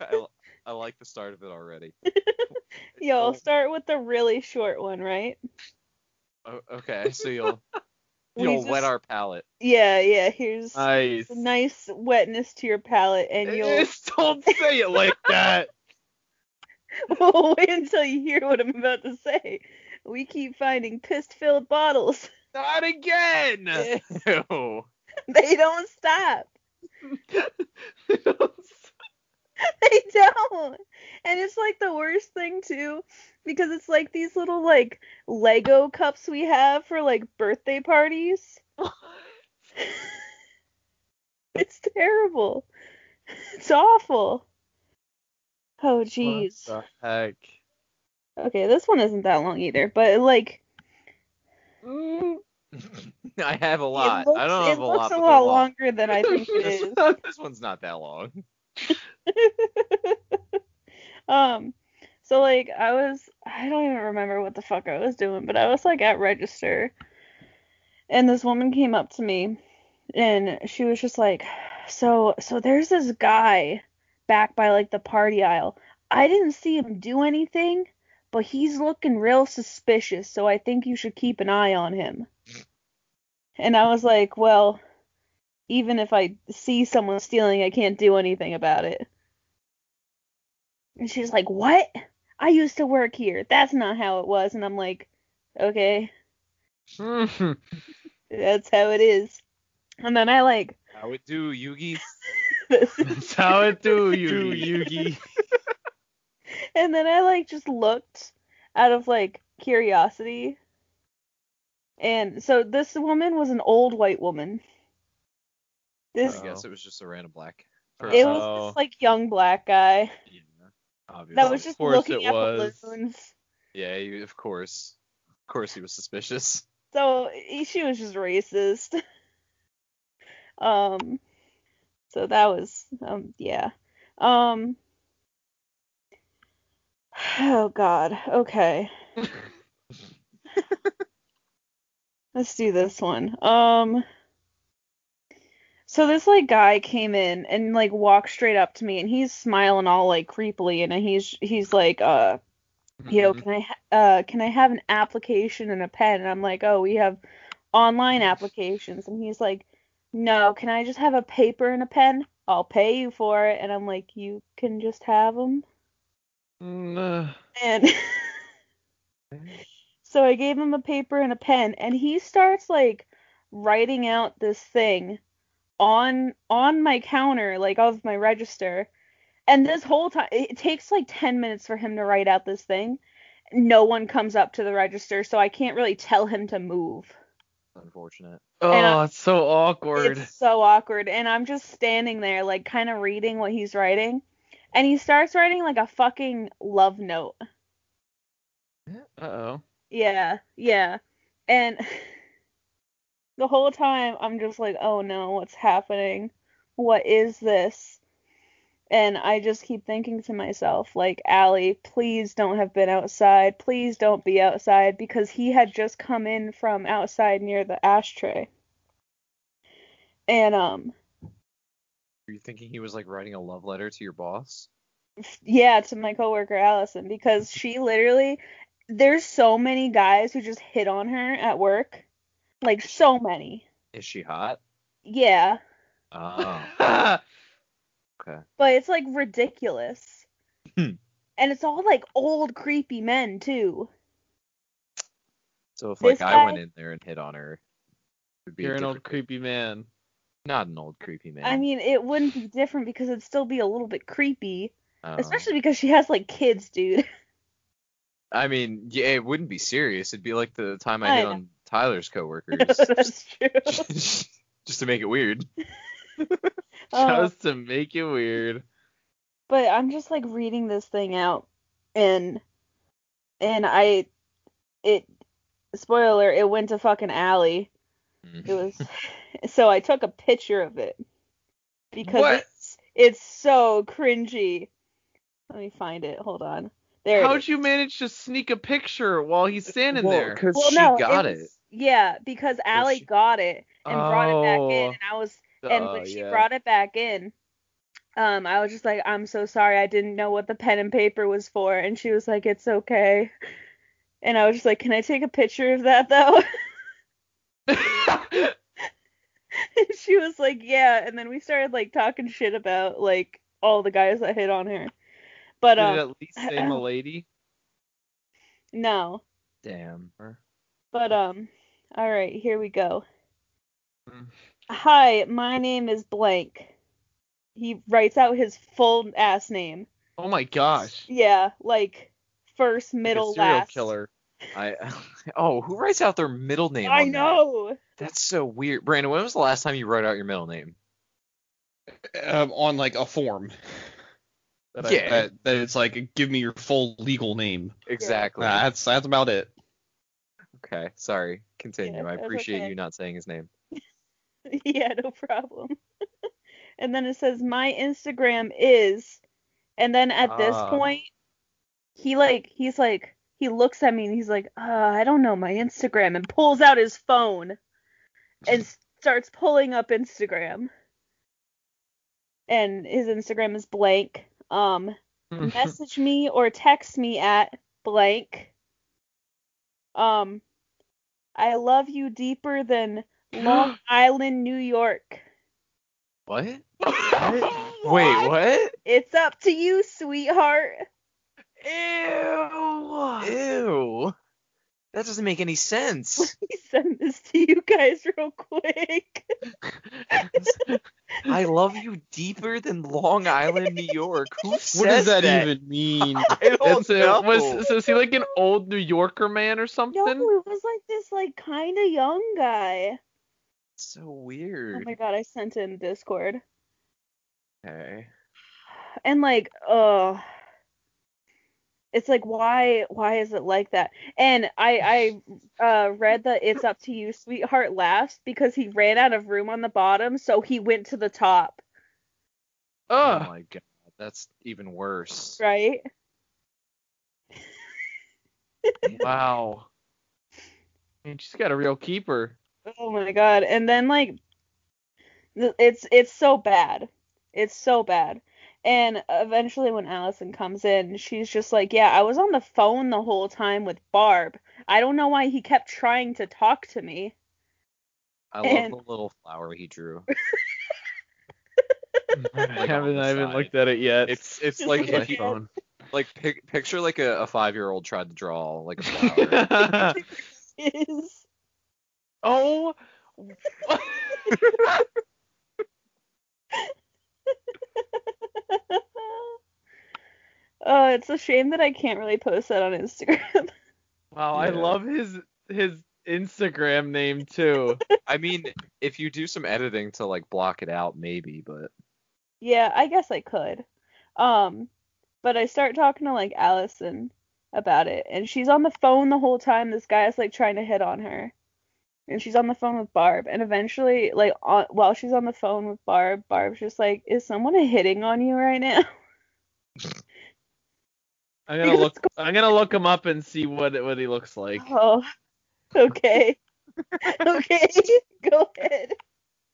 Speaker 1: I, I like the start of it already.
Speaker 3: Yo, I'll
Speaker 1: Oh.
Speaker 3: start with the really short one, right?
Speaker 1: O- okay, so you'll
Speaker 3: We
Speaker 1: you'll wet
Speaker 3: just-
Speaker 1: our palate.
Speaker 3: Yeah, yeah. Here's
Speaker 1: Uh,
Speaker 2: Nice.
Speaker 3: a nice wetness to your palate, and you'll
Speaker 2: Just don't say it like that.
Speaker 3: Well, wait until you hear what I'm about to say. We keep finding piss-filled bottles.
Speaker 2: Not again.
Speaker 1: Ew.
Speaker 3: They don't stop. They don't. And it's like the worst thing too, because it's like these little like Lego cups we have for like birthday parties. It's terrible. It's awful. Oh jeez.
Speaker 2: What the heck?
Speaker 3: Okay, this one isn't that long either, but like
Speaker 1: I have a lot.
Speaker 3: it looks,
Speaker 1: I don't have
Speaker 3: it
Speaker 1: a
Speaker 3: looks
Speaker 1: lot. but
Speaker 3: a lot
Speaker 1: they're long.
Speaker 3: longer than I think it is.
Speaker 1: This, this one's not that long.
Speaker 3: Um, so like I was, I don't even remember what the fuck I was doing, but I was like at register, and this woman came up to me, and she was just like, so so there's this guy back by like the party aisle. I didn't see him do anything, but he's looking real suspicious, so I think you should keep an eye on him. And I was like, well, even if I see someone stealing, I can't do anything about it. And she's like, What? I used to work here. That's not how it was. And I'm like, Okay,
Speaker 2: Hmm.
Speaker 3: that's how it is. And then I like,
Speaker 1: How it do, Yugi?
Speaker 2: That's how it do you.
Speaker 1: Do, Yugi?
Speaker 3: and then I like just looked out of like curiosity. And so this woman was an old white woman. This
Speaker 1: I guess it was just a random black.
Speaker 3: it
Speaker 1: person.
Speaker 3: was
Speaker 2: Oh.
Speaker 3: this like young black guy
Speaker 1: Yeah,
Speaker 3: that
Speaker 1: obviously.
Speaker 3: was just
Speaker 2: course
Speaker 3: looking
Speaker 2: it
Speaker 3: at
Speaker 2: was.
Speaker 3: balloons.
Speaker 1: Yeah, you, of course. Of course, he was suspicious.
Speaker 3: So he- she was just racist. um, so that was um yeah. Um. Oh God. Okay. Let's do this one. Um. So this like guy came in and like walked straight up to me and he's smiling all like creepily and he's he's like uh yo
Speaker 2: Mm-hmm.
Speaker 3: can i ha- uh can i have an application and a pen and i'm like oh we have online applications and he's like no can i just have a paper and a pen i'll pay you for it and i'm like you can just have them
Speaker 2: Mm,
Speaker 3: and uh, so i gave him a paper and a pen and he starts like writing out this thing on on my counter like of my register and this whole time it takes like 10 minutes for him to write out this thing no one comes up to the register so i can't really tell him to move
Speaker 1: Unfortunate.
Speaker 3: And
Speaker 2: Oh,
Speaker 3: I-
Speaker 2: it's so awkward.
Speaker 3: It's so awkward. And I'm just standing there, like, kind of reading what he's writing. And he starts writing, like, a fucking love note.
Speaker 2: Uh oh.
Speaker 3: Yeah, yeah. And the whole time, I'm just like, oh no, what's happening? What is this? And I just keep thinking to myself, like, Allie, please don't have been outside. Please don't be outside because he had just come in from outside near the ashtray. And, um,
Speaker 1: Are you thinking he was like writing a love letter to your boss?
Speaker 3: Yeah, to my coworker Allison because she literally there's so many guys who just hit on her at work. Like so many.
Speaker 1: Is she hot?
Speaker 3: Yeah,
Speaker 1: Oh,
Speaker 3: but it's like ridiculous.
Speaker 1: Hmm.
Speaker 3: And it's all like old creepy men too.
Speaker 1: so if like
Speaker 3: This
Speaker 1: I
Speaker 3: guy-
Speaker 1: went in there and hit on her, it'd be a
Speaker 2: You're an old
Speaker 1: different-
Speaker 2: creepy man.
Speaker 1: Not an old creepy man.
Speaker 3: I mean, it wouldn't be different because it'd still be a little bit creepy,
Speaker 1: Oh.
Speaker 3: especially because she has like kids, dude.
Speaker 1: I mean, yeah, it wouldn't be serious. It'd be like the time I,
Speaker 3: I
Speaker 1: hit
Speaker 3: know.
Speaker 1: on Tyler's coworkers,
Speaker 3: That's true.
Speaker 1: just to make it weird.
Speaker 3: Uh,
Speaker 2: Just to make it weird.
Speaker 3: but I'm just like reading this thing out, and and I, it, spoiler, it went to fucking Allie. It was so I took a picture of it because
Speaker 4: What?
Speaker 3: it's it's so cringy. Let me find it. Hold on. There. it
Speaker 2: How'd
Speaker 3: is.
Speaker 2: you manage to sneak a picture while he's standing there?
Speaker 1: because
Speaker 3: Well,
Speaker 1: she
Speaker 3: no,
Speaker 1: got it.
Speaker 3: was- Yeah, because Allie
Speaker 4: she-
Speaker 3: got it and brought it back
Speaker 2: Oh.
Speaker 3: in, and I was and when
Speaker 2: Oh,
Speaker 3: she
Speaker 2: yeah.
Speaker 3: brought it back in, um, I was just like, I'm so sorry, I didn't know what the pen and paper was for, and she was like, it's okay. And I was just like, can I take a picture of that though? and she was like, "Yeah," and then we started like talking shit about like all the guys that hit on her. But
Speaker 2: Did it
Speaker 3: um,
Speaker 2: at least say Milady?
Speaker 3: no.
Speaker 1: Damn.
Speaker 3: But um, all right, here we go.
Speaker 2: Mm.
Speaker 3: Hi, my name is blank. He writes out his full ass name.
Speaker 2: Oh my gosh.
Speaker 3: Yeah, like first,
Speaker 2: Like a
Speaker 3: middle,
Speaker 2: serial
Speaker 3: last.
Speaker 2: killer.
Speaker 1: I oh, who writes out their middle name?
Speaker 3: I
Speaker 1: on that?
Speaker 3: know.
Speaker 1: That's so weird. Brandon, when was the last time you wrote out your middle name?
Speaker 4: um, on like a form that, I,
Speaker 1: Yeah.
Speaker 4: that, that it's like give me your full legal name.
Speaker 1: Exactly.
Speaker 4: Uh, that's that's about it.
Speaker 1: okay, sorry. Continue.
Speaker 3: Yeah,
Speaker 1: I
Speaker 3: that's
Speaker 1: appreciate
Speaker 3: okay.
Speaker 1: you not saying his name.
Speaker 3: yeah, no problem. and then it says my Instagram is, and then at this
Speaker 2: Ah.
Speaker 3: point, he like he's like he looks at me and he's like, uh, I don't know my Instagram, and pulls out his phone, and starts pulling up Instagram. And his Instagram is blank. Um, message me or text me at blank. Um, I love you deeper than Long Island, New York.
Speaker 1: What? Wait,
Speaker 3: What?
Speaker 1: what?
Speaker 3: It's up to you, sweetheart.
Speaker 1: Ew. Ew. That doesn't make any sense.
Speaker 3: Let me send this to you guys real quick.
Speaker 1: I love you deeper than Long Island, New York. Who says
Speaker 4: What does that,
Speaker 1: that?
Speaker 4: even mean?
Speaker 1: I don't
Speaker 2: It's a,
Speaker 1: know.
Speaker 2: was, so is he like an old New Yorker man or something?
Speaker 3: No, it was like this, like kind of young guy.
Speaker 1: so
Speaker 3: Oh
Speaker 1: weird.
Speaker 3: my god, I sent it in Discord.
Speaker 1: okay.
Speaker 3: And like, uh it's like why why is it like that? And I I uh read the it's up to you sweetheart laughs because he ran out of room on the bottom, so he went to the top,
Speaker 1: Oh
Speaker 2: Ugh.
Speaker 1: my god. That's even worse.
Speaker 3: right?
Speaker 2: wow. Man, she's got a real keeper.
Speaker 3: Oh my god. And then like th- it's it's so bad. It's so bad. And eventually when Allison comes in, she's just like, "Yeah, I was on the phone the whole time with Barb. I don't know why he kept trying to talk to me."
Speaker 1: I
Speaker 3: And-
Speaker 1: love the little flower he drew.
Speaker 2: I haven't,
Speaker 1: the
Speaker 2: I haven't
Speaker 1: side.
Speaker 2: looked at it yet.
Speaker 1: It's it's
Speaker 3: Just
Speaker 1: like
Speaker 3: look
Speaker 2: my
Speaker 1: if
Speaker 3: at
Speaker 1: you,
Speaker 3: it.
Speaker 2: phone.
Speaker 1: like pic, picture like a, a five year old tried to draw like a flower.
Speaker 2: oh.
Speaker 3: Is Oh, it's a shame that I can't really post that on Instagram.
Speaker 2: Wow, I
Speaker 1: Yeah.
Speaker 2: love his his Instagram name too.
Speaker 1: I mean, if you do some editing to like block it out, maybe, but
Speaker 3: yeah, I guess I could. Um, but I start talking to like Allison about it, and she's on the phone the whole time. This guy's like trying to hit on her, and she's on the phone with Barb. And eventually, like on, while she's on the phone with Barb, Barb's just like, "Is someone hitting on you right now?"
Speaker 2: I'm gonna
Speaker 3: Let's
Speaker 2: look. I'm gonna look him up and see what what he looks like.
Speaker 3: Oh, okay, okay, go ahead.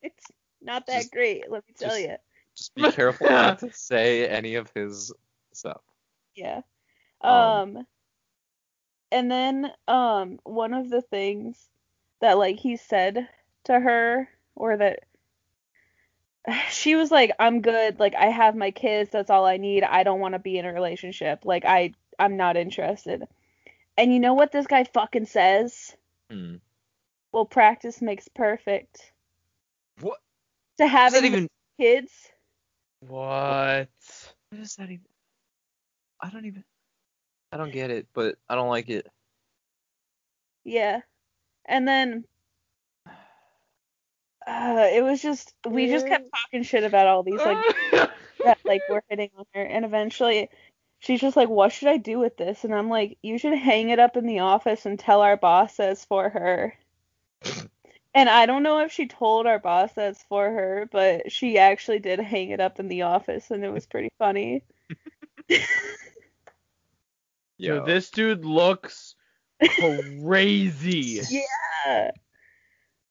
Speaker 3: It's not that
Speaker 1: Just-
Speaker 3: great, let me tell
Speaker 1: just-
Speaker 3: you.
Speaker 1: just be careful not to say any of his stuff.
Speaker 3: Yeah.
Speaker 1: Um,
Speaker 3: Um, and then um one of the things that like he said to her or that she was like I'm good, like I have my kids, that's all I need. I don't want to be in a relationship. Like I I'm not interested. And you know what this guy fucking says?
Speaker 1: Hmm.
Speaker 3: Well, practice makes perfect.
Speaker 1: What?
Speaker 3: To
Speaker 1: What does
Speaker 3: having
Speaker 1: that even?
Speaker 3: kids?
Speaker 2: What?
Speaker 1: What is that even? I don't even. I don't get it, but I don't like it.
Speaker 3: Yeah. And then uh, it was just we just kept talking shit about all these like that like were hitting on her and eventually she's just like what should I do with this and I'm like you should hang it up in the office and tell our boss that's for her. And I don't know if she told our boss that's for her, but she actually did hang it up in the office and it was pretty funny.
Speaker 2: Yo, this dude looks crazy.
Speaker 3: Yeah.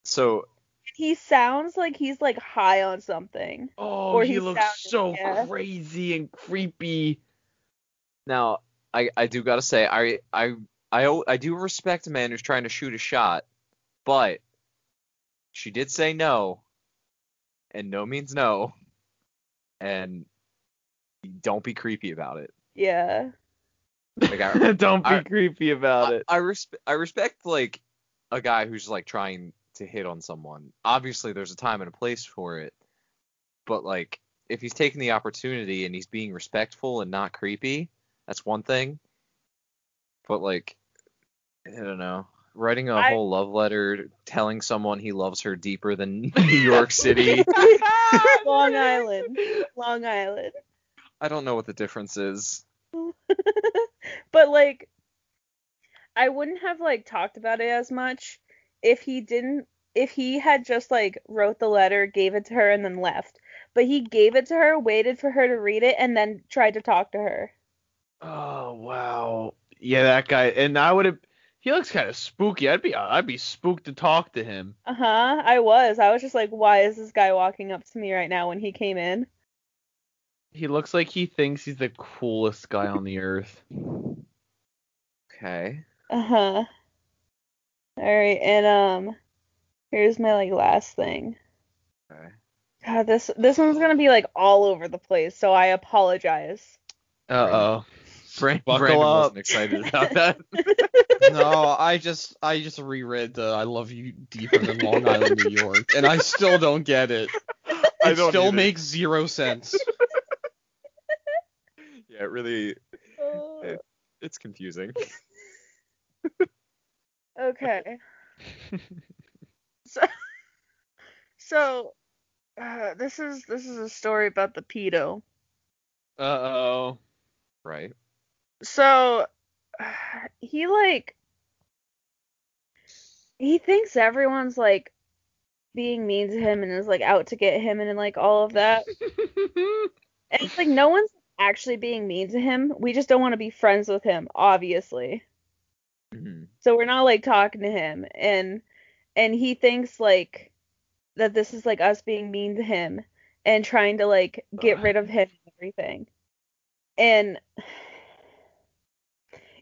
Speaker 1: So
Speaker 3: Uh, He sounds like he's like high on something.
Speaker 2: Oh,
Speaker 3: Or
Speaker 2: he,
Speaker 3: he
Speaker 2: looks so
Speaker 3: sounded, yeah.
Speaker 2: crazy and creepy.
Speaker 1: now I I do gotta say I I I o- I do respect a man who's trying to shoot a shot, but she did say no, and no means no, and don't be creepy about it.
Speaker 3: Yeah.
Speaker 1: Like I,
Speaker 2: Don't be
Speaker 1: I-
Speaker 2: creepy about
Speaker 1: I,
Speaker 2: it.
Speaker 1: I respect I respect like a guy who's like trying to hit on someone. Obviously, there's a time and a place for it, but like if he's taking the opportunity and he's being respectful and not creepy, that's one thing. But like, I don't know, writing a
Speaker 3: I-
Speaker 1: whole love letter, telling someone he loves her deeper than New York City.
Speaker 3: Ah, Long Island. Long Island.
Speaker 1: I don't know what the difference is.
Speaker 3: But like I wouldn't have like talked about it as much if he didn't if he had just like wrote the letter, gave it to her and then left. But he gave it to her, waited for her to read it and then tried to talk to her.
Speaker 2: Oh wow. Yeah, that guy. And I would have. He looks kind of spooky. I'd be I'd be spooked to talk to him.
Speaker 3: Uh-huh. I was. I was just like, why is this guy walking up to me right now when he came in?
Speaker 2: He looks like he thinks he's the coolest guy on the earth.
Speaker 1: Okay.
Speaker 3: Uh-huh. All right, and um here's my like last thing.
Speaker 1: Okay.
Speaker 3: God, this this one's going to be like all over the place, so I apologize.
Speaker 2: Uh oh. Buckle
Speaker 1: Brandon
Speaker 2: up.
Speaker 1: wasn't excited about that.
Speaker 4: no, I just I just reread the I love you deeper than Long Island, New York, and I still don't get it.
Speaker 1: I
Speaker 4: It
Speaker 1: don't
Speaker 4: still
Speaker 1: either.
Speaker 4: makes zero sense.
Speaker 1: Yeah, it really,
Speaker 3: Oh,
Speaker 1: it's confusing.
Speaker 3: okay. so so uh, this is this is a story about the pedo.
Speaker 2: Uh oh.
Speaker 1: Right.
Speaker 3: So he like he thinks everyone's like being mean to him and is like out to get him and like all of that. And it's like no one's actually being mean to him. We just don't want to be friends with him, obviously. So we're not like talking to him and and he thinks like that this is like us being mean to him and trying to like get
Speaker 1: Ugh.
Speaker 3: rid of him and everything. And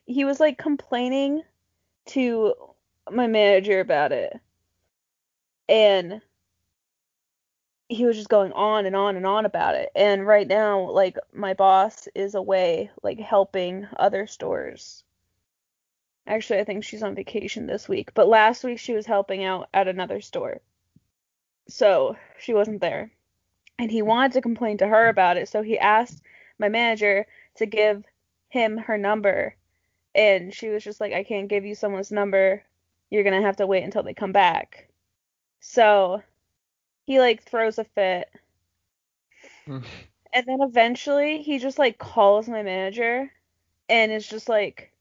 Speaker 3: he was like complaining to my manager about it. And he was just going on and on and on about it. And right now, like my boss is away, like helping other stores. Actually, I think she's on vacation this week, but last week she was helping out at another store. So she wasn't there. And he wanted to complain to her about it, so he asked my manager to give him her number. And she was just like, I can't give you someone's number. You're going to have to wait until they come back. So he like throws a fit. And then eventually he just like calls my manager and is just like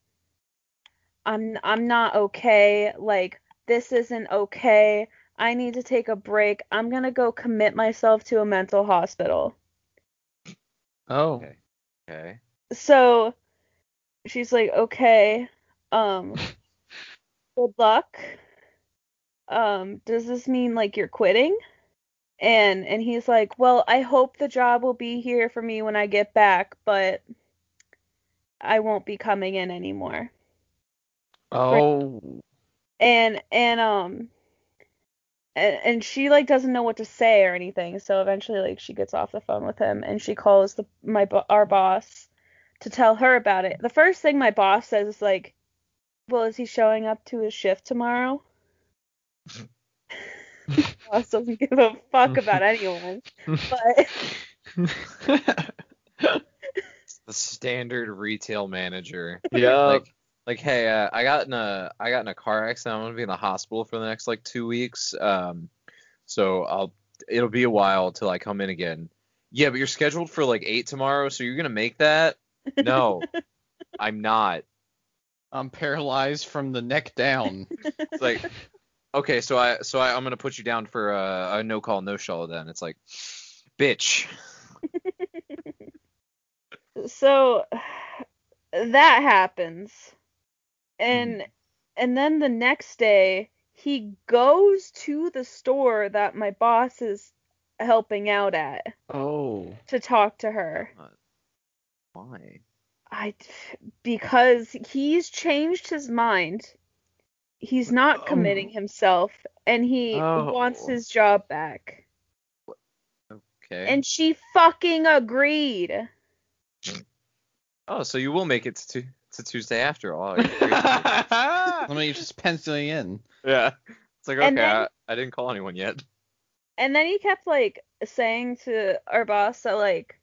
Speaker 3: I'm I'm not okay. Like this isn't okay. I need to take a break. I'm going to go commit myself to a mental hospital.
Speaker 2: Oh.
Speaker 1: Okay. Okay.
Speaker 3: So she's like, "Okay. Um good luck. Um does this mean like you're quitting?" And and he's like, "Well, I hope the job will be here for me when I get back, but I won't be coming in anymore."
Speaker 2: Oh.
Speaker 3: and and um and, and she like doesn't know what to say or anything so eventually like she gets off the phone with him and she calls the my bo- our boss to tell her about it the first thing my boss says is like well is he showing up to his shift tomorrow boss doesn't give a fuck about anyone but
Speaker 1: the standard retail manager.
Speaker 2: Yeah.
Speaker 1: Like, like, hey, uh, I got in a I got in a car accident. I'm gonna be in the hospital for the next like two weeks. Um, so I'll it'll be a while till I come in again. Yeah, but you're scheduled for like eight tomorrow, so you're gonna make that? No, I'm not.
Speaker 4: I'm paralyzed from the neck down.
Speaker 1: It's like, okay, so I so I, I'm gonna put you down for uh, a, a no call no show then. It's like, bitch.
Speaker 3: so that happens and and then the next day he goes to the store that my boss is helping out at
Speaker 2: oh.
Speaker 3: to talk to her
Speaker 1: Why?
Speaker 3: i because he's changed his mind he's not committing himself and he
Speaker 2: Oh.
Speaker 3: wants his job back
Speaker 1: Okay.
Speaker 3: and she fucking agreed
Speaker 1: oh, so you will make it to to Tuesday after all.
Speaker 4: I mean, you're just penciling in.
Speaker 1: yeah. It's like okay,
Speaker 3: And then-
Speaker 1: I, I didn't call anyone yet.
Speaker 3: and then he kept like saying to our boss that like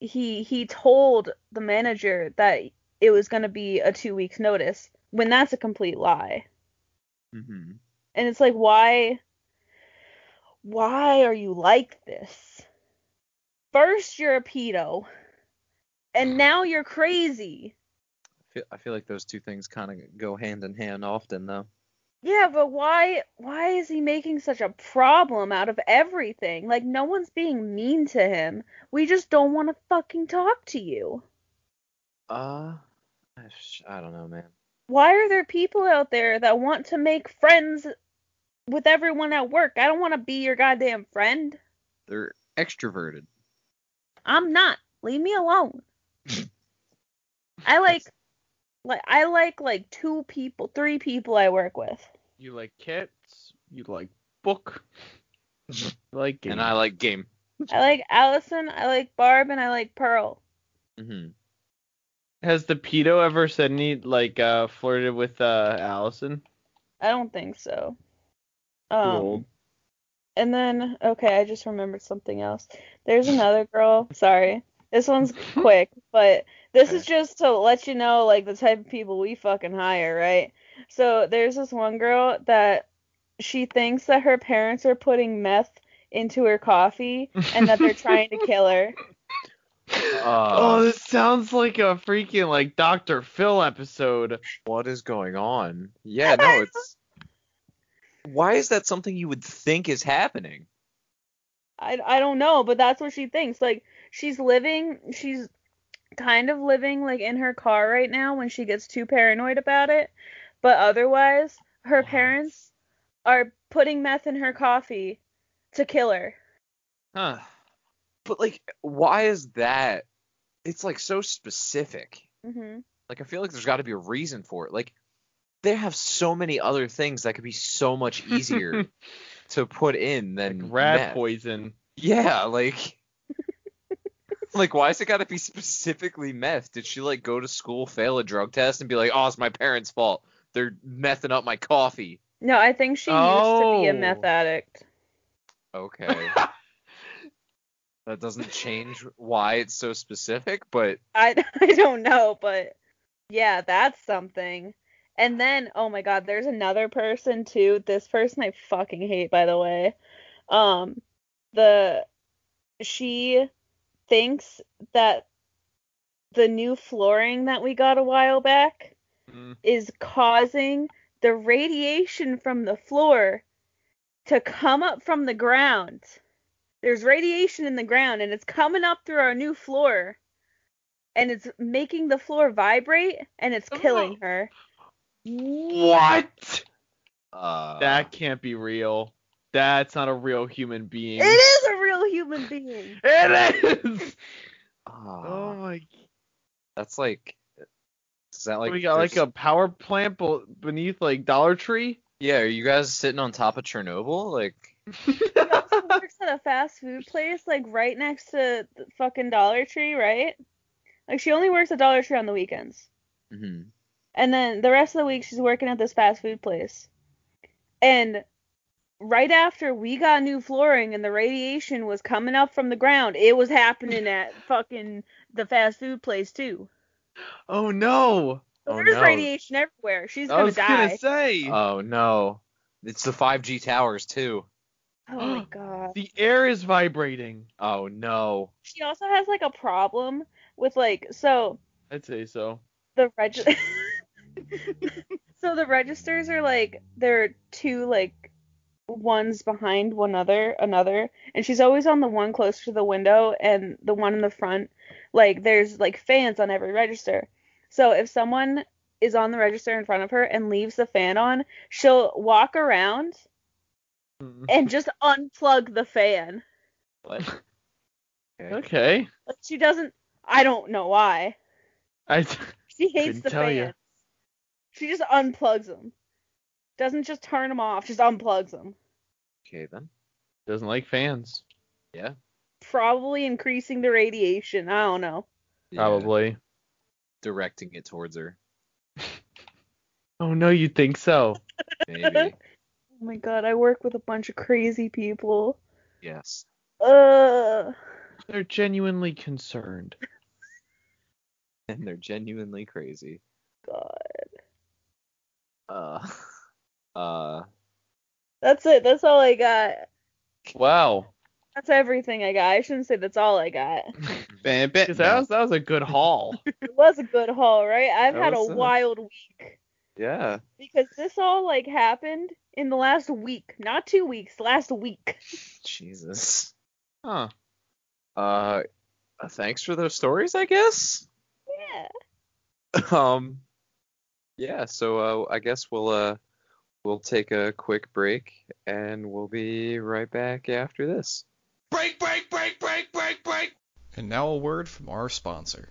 Speaker 3: he he told the manager that it was going to be a 2 weeks notice when that's a complete lie
Speaker 1: Mm-hmm.
Speaker 3: and it's like why why are you like this first you're a pedo and now you're crazy
Speaker 1: I feel, I feel like those two things kind of go hand in hand often though.
Speaker 3: yeah but why why is he making such a problem out of everything like no one's being mean to him we just don't want to fucking talk to you
Speaker 1: Uh, I sh- I don't know, man.
Speaker 3: why are there people out there that want to make friends with everyone at work? I don't want to be your goddamn friend.
Speaker 1: They're extroverted.
Speaker 3: I'm not. Leave me alone. I like like I like like two people, three people I work with.
Speaker 2: You like cats. You like book. you like
Speaker 1: And I like game.
Speaker 3: I like Allison, I like Barb, and I like Pearl.
Speaker 1: Mm-hmm.
Speaker 2: Has the pedo ever said any like uh flirted with uh Allison?
Speaker 3: I don't think so. Um and then okay, I just remembered something else. There's another girl. Sorry. This one's quick, but this is just to let you know like the type of people we fucking hire, right? So there's this one girl that she thinks that her parents are putting meth into her coffee and that they're trying to kill her.
Speaker 1: Uh,
Speaker 2: oh, this sounds like a freaking like Dr. Phil episode.
Speaker 1: what is going on? Yeah, no, it's. Why is that something you would think is happening?
Speaker 3: I, I don't know, but that's what she thinks. Like she's living, she's kind of living like in her car right now when she gets too paranoid about it. But otherwise, her
Speaker 2: Wow.
Speaker 3: parents are putting meth in her coffee to kill her.
Speaker 2: Huh.
Speaker 1: But like, why is that? It's like so specific.
Speaker 3: hmm
Speaker 1: Like, I feel like there's got to be a reason for it. Like, they have so many other things that could be so much easier to put in
Speaker 2: Like
Speaker 1: than
Speaker 2: rat
Speaker 1: meth.
Speaker 2: poison.
Speaker 1: Yeah, like like why's it gotta be specifically meth? Did she like go to school, fail a drug test, and be like, Oh, it's my parents' fault. They're mething up my coffee.
Speaker 3: No, I think she used to be
Speaker 2: Oh.
Speaker 3: a meth addict.
Speaker 1: Okay. that doesn't change why it's so specific, but
Speaker 3: I I don't know, but yeah, that's something. And then, oh my god, there's another person too. This person I fucking hate, by the way. Um, the she thinks that the new flooring that we got a while back
Speaker 2: Mm.
Speaker 3: is causing the radiation from the floor to come up from the ground. There's radiation in the ground and it's coming up through our new floor and it's making the floor vibrate and it's killing her.
Speaker 2: What?
Speaker 1: uh
Speaker 2: Mm. That can't be real. That's not a real human being.
Speaker 3: It is a real human being.
Speaker 2: It is.
Speaker 1: uh,
Speaker 2: Oh my.
Speaker 1: that's like is that like
Speaker 2: we got like
Speaker 1: there's-
Speaker 2: a power plant be- beneath like Dollar Tree.
Speaker 1: Yeah, are you guys sitting on top of Chernobyl? Like
Speaker 3: She also works at a fast food place like right next to the fucking Dollar Tree, right? Like she only works at Dollar Tree on the weekends.
Speaker 1: mhm.
Speaker 3: And then the rest of the week she's working at this fast food place. And right after we got new flooring and the radiation was coming up from the ground, it was happening at fucking the fast food place too.
Speaker 2: Oh no!
Speaker 3: So
Speaker 1: Oh,
Speaker 3: there's
Speaker 1: no.
Speaker 3: radiation everywhere. She's
Speaker 2: I
Speaker 3: gonna
Speaker 2: was
Speaker 3: die.
Speaker 2: gonna say
Speaker 1: Oh no. It's the 5G towers too.
Speaker 3: Oh my god.
Speaker 2: the air is vibrating.
Speaker 1: Oh no.
Speaker 3: She also has like a problem with like so
Speaker 2: I'd say so.
Speaker 3: the reg so the registers are like they're two like ones behind one another another and she's always on the one close to the window and the one in the front like there's like fans on every register so if someone is on the register in front of her and leaves the fan on she'll walk around and just unplug the fan
Speaker 1: Okay.
Speaker 2: okay.
Speaker 3: Like, she doesn't i don't know why
Speaker 2: I
Speaker 3: She hates
Speaker 2: Couldn't
Speaker 3: the
Speaker 2: tell
Speaker 3: fans.
Speaker 2: ya.
Speaker 3: She just unplugs them. Doesn't just turn them off, just unplugs them.
Speaker 1: Okay then.
Speaker 2: doesn't like fans.
Speaker 3: Probably increasing the radiation. I don't know.
Speaker 1: Yeah,
Speaker 2: Probably.
Speaker 1: directing it towards her.
Speaker 2: Oh no, you think so?
Speaker 1: Maybe.
Speaker 3: Oh my god, I work with a bunch of crazy people.
Speaker 1: yes.
Speaker 3: Uh,
Speaker 2: They're genuinely concerned.
Speaker 1: And they're genuinely crazy.
Speaker 3: God.
Speaker 1: Uh uh
Speaker 3: That's it. That's all I got.
Speaker 2: Wow.
Speaker 3: That's everything I got. I shouldn't say that's all I got.
Speaker 4: Bam, bam,
Speaker 2: Because that
Speaker 4: bam.
Speaker 2: was that was a good haul.
Speaker 3: It was a good haul, right? I've
Speaker 1: That
Speaker 3: had a
Speaker 1: was, uh,
Speaker 3: wild week
Speaker 1: yeah.
Speaker 3: because this all like happened in the last week, not two weeks, last week.
Speaker 1: Jesus.
Speaker 2: huh.
Speaker 1: Uh thanks for those stories, I guess.
Speaker 3: Yeah.
Speaker 1: um yeah so uh, i guess we'll uh we'll take a quick break and we'll be right back after this
Speaker 4: Break, break, break, break, break, break. And now a word from our sponsor.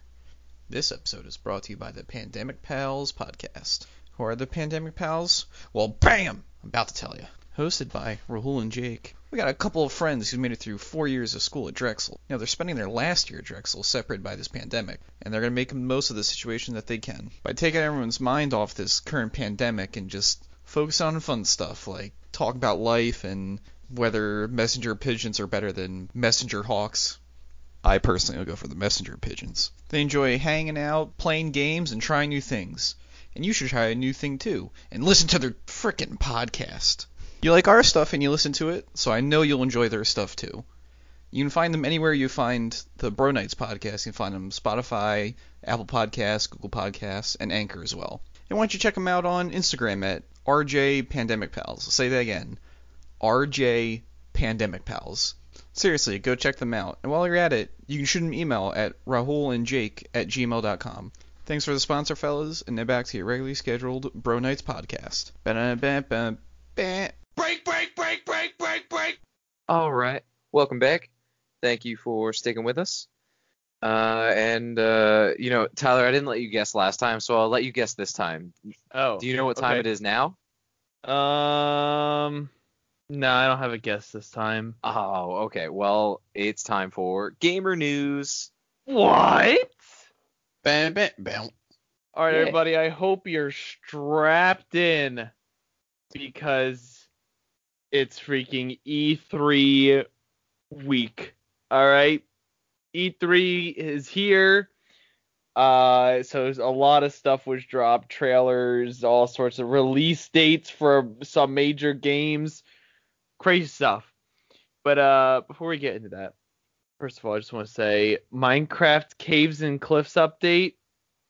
Speaker 4: This episode is brought to you by the Pandemic Pals podcast. Who are the Pandemic Pals? Well, bam! I'm about to tell you. Hosted by Rahul and Jake. We got a couple of friends who made it through four years of school at Drexel. Now they're spending their last year at Drexel separated by this pandemic, and they're going to make the most of the situation that they can by taking everyone's mind off this current pandemic and just focus on fun stuff like talk about life and whether messenger pigeons are better than messenger hawks. I personally will go for the messenger pigeons. They enjoy hanging out, playing games, and trying new things. And you should try a new thing too, and listen to their frickin' podcast. You like our stuff and you listen to it, so I know you'll enjoy their stuff too. You can find them anywhere you find the Bro Nights podcast. You can find them on Spotify, Apple Podcasts, Google Podcasts, and Anchor as well. And why don't you check them out on Instagram at RJ Pandemic Pals. I'll say that again. RJ Pandemic Pals. Seriously, go check them out. And while you're at it, you can shoot an email at rahulandjake at gmail.com. Thanks for the sponsor, fellas, and now back to your regularly scheduled Bro Nights podcast. Ba-da-ba-ba-ba. Break, break, break, break, break, break.
Speaker 1: all right welcome back thank you for sticking with us uh and uh you know tyler i didn't let you guess last time so i'll let you guess this time
Speaker 2: Oh.
Speaker 1: do you know what time it is now
Speaker 2: is? Um. No, I don't have a guess this time.
Speaker 1: oh okay well it's time for gamer news
Speaker 2: What?
Speaker 4: Bam, bam, bam.
Speaker 2: All right,
Speaker 1: Yeah.
Speaker 2: everybody. I hope you're strapped in because it's freaking E3 week. All right, E3 is here. Uh, so there's a lot of stuff was dropped, trailers, all sorts of release dates for some major games, crazy stuff. But uh, before we get into that, first of all, I just want to say Minecraft Caves and Cliffs update.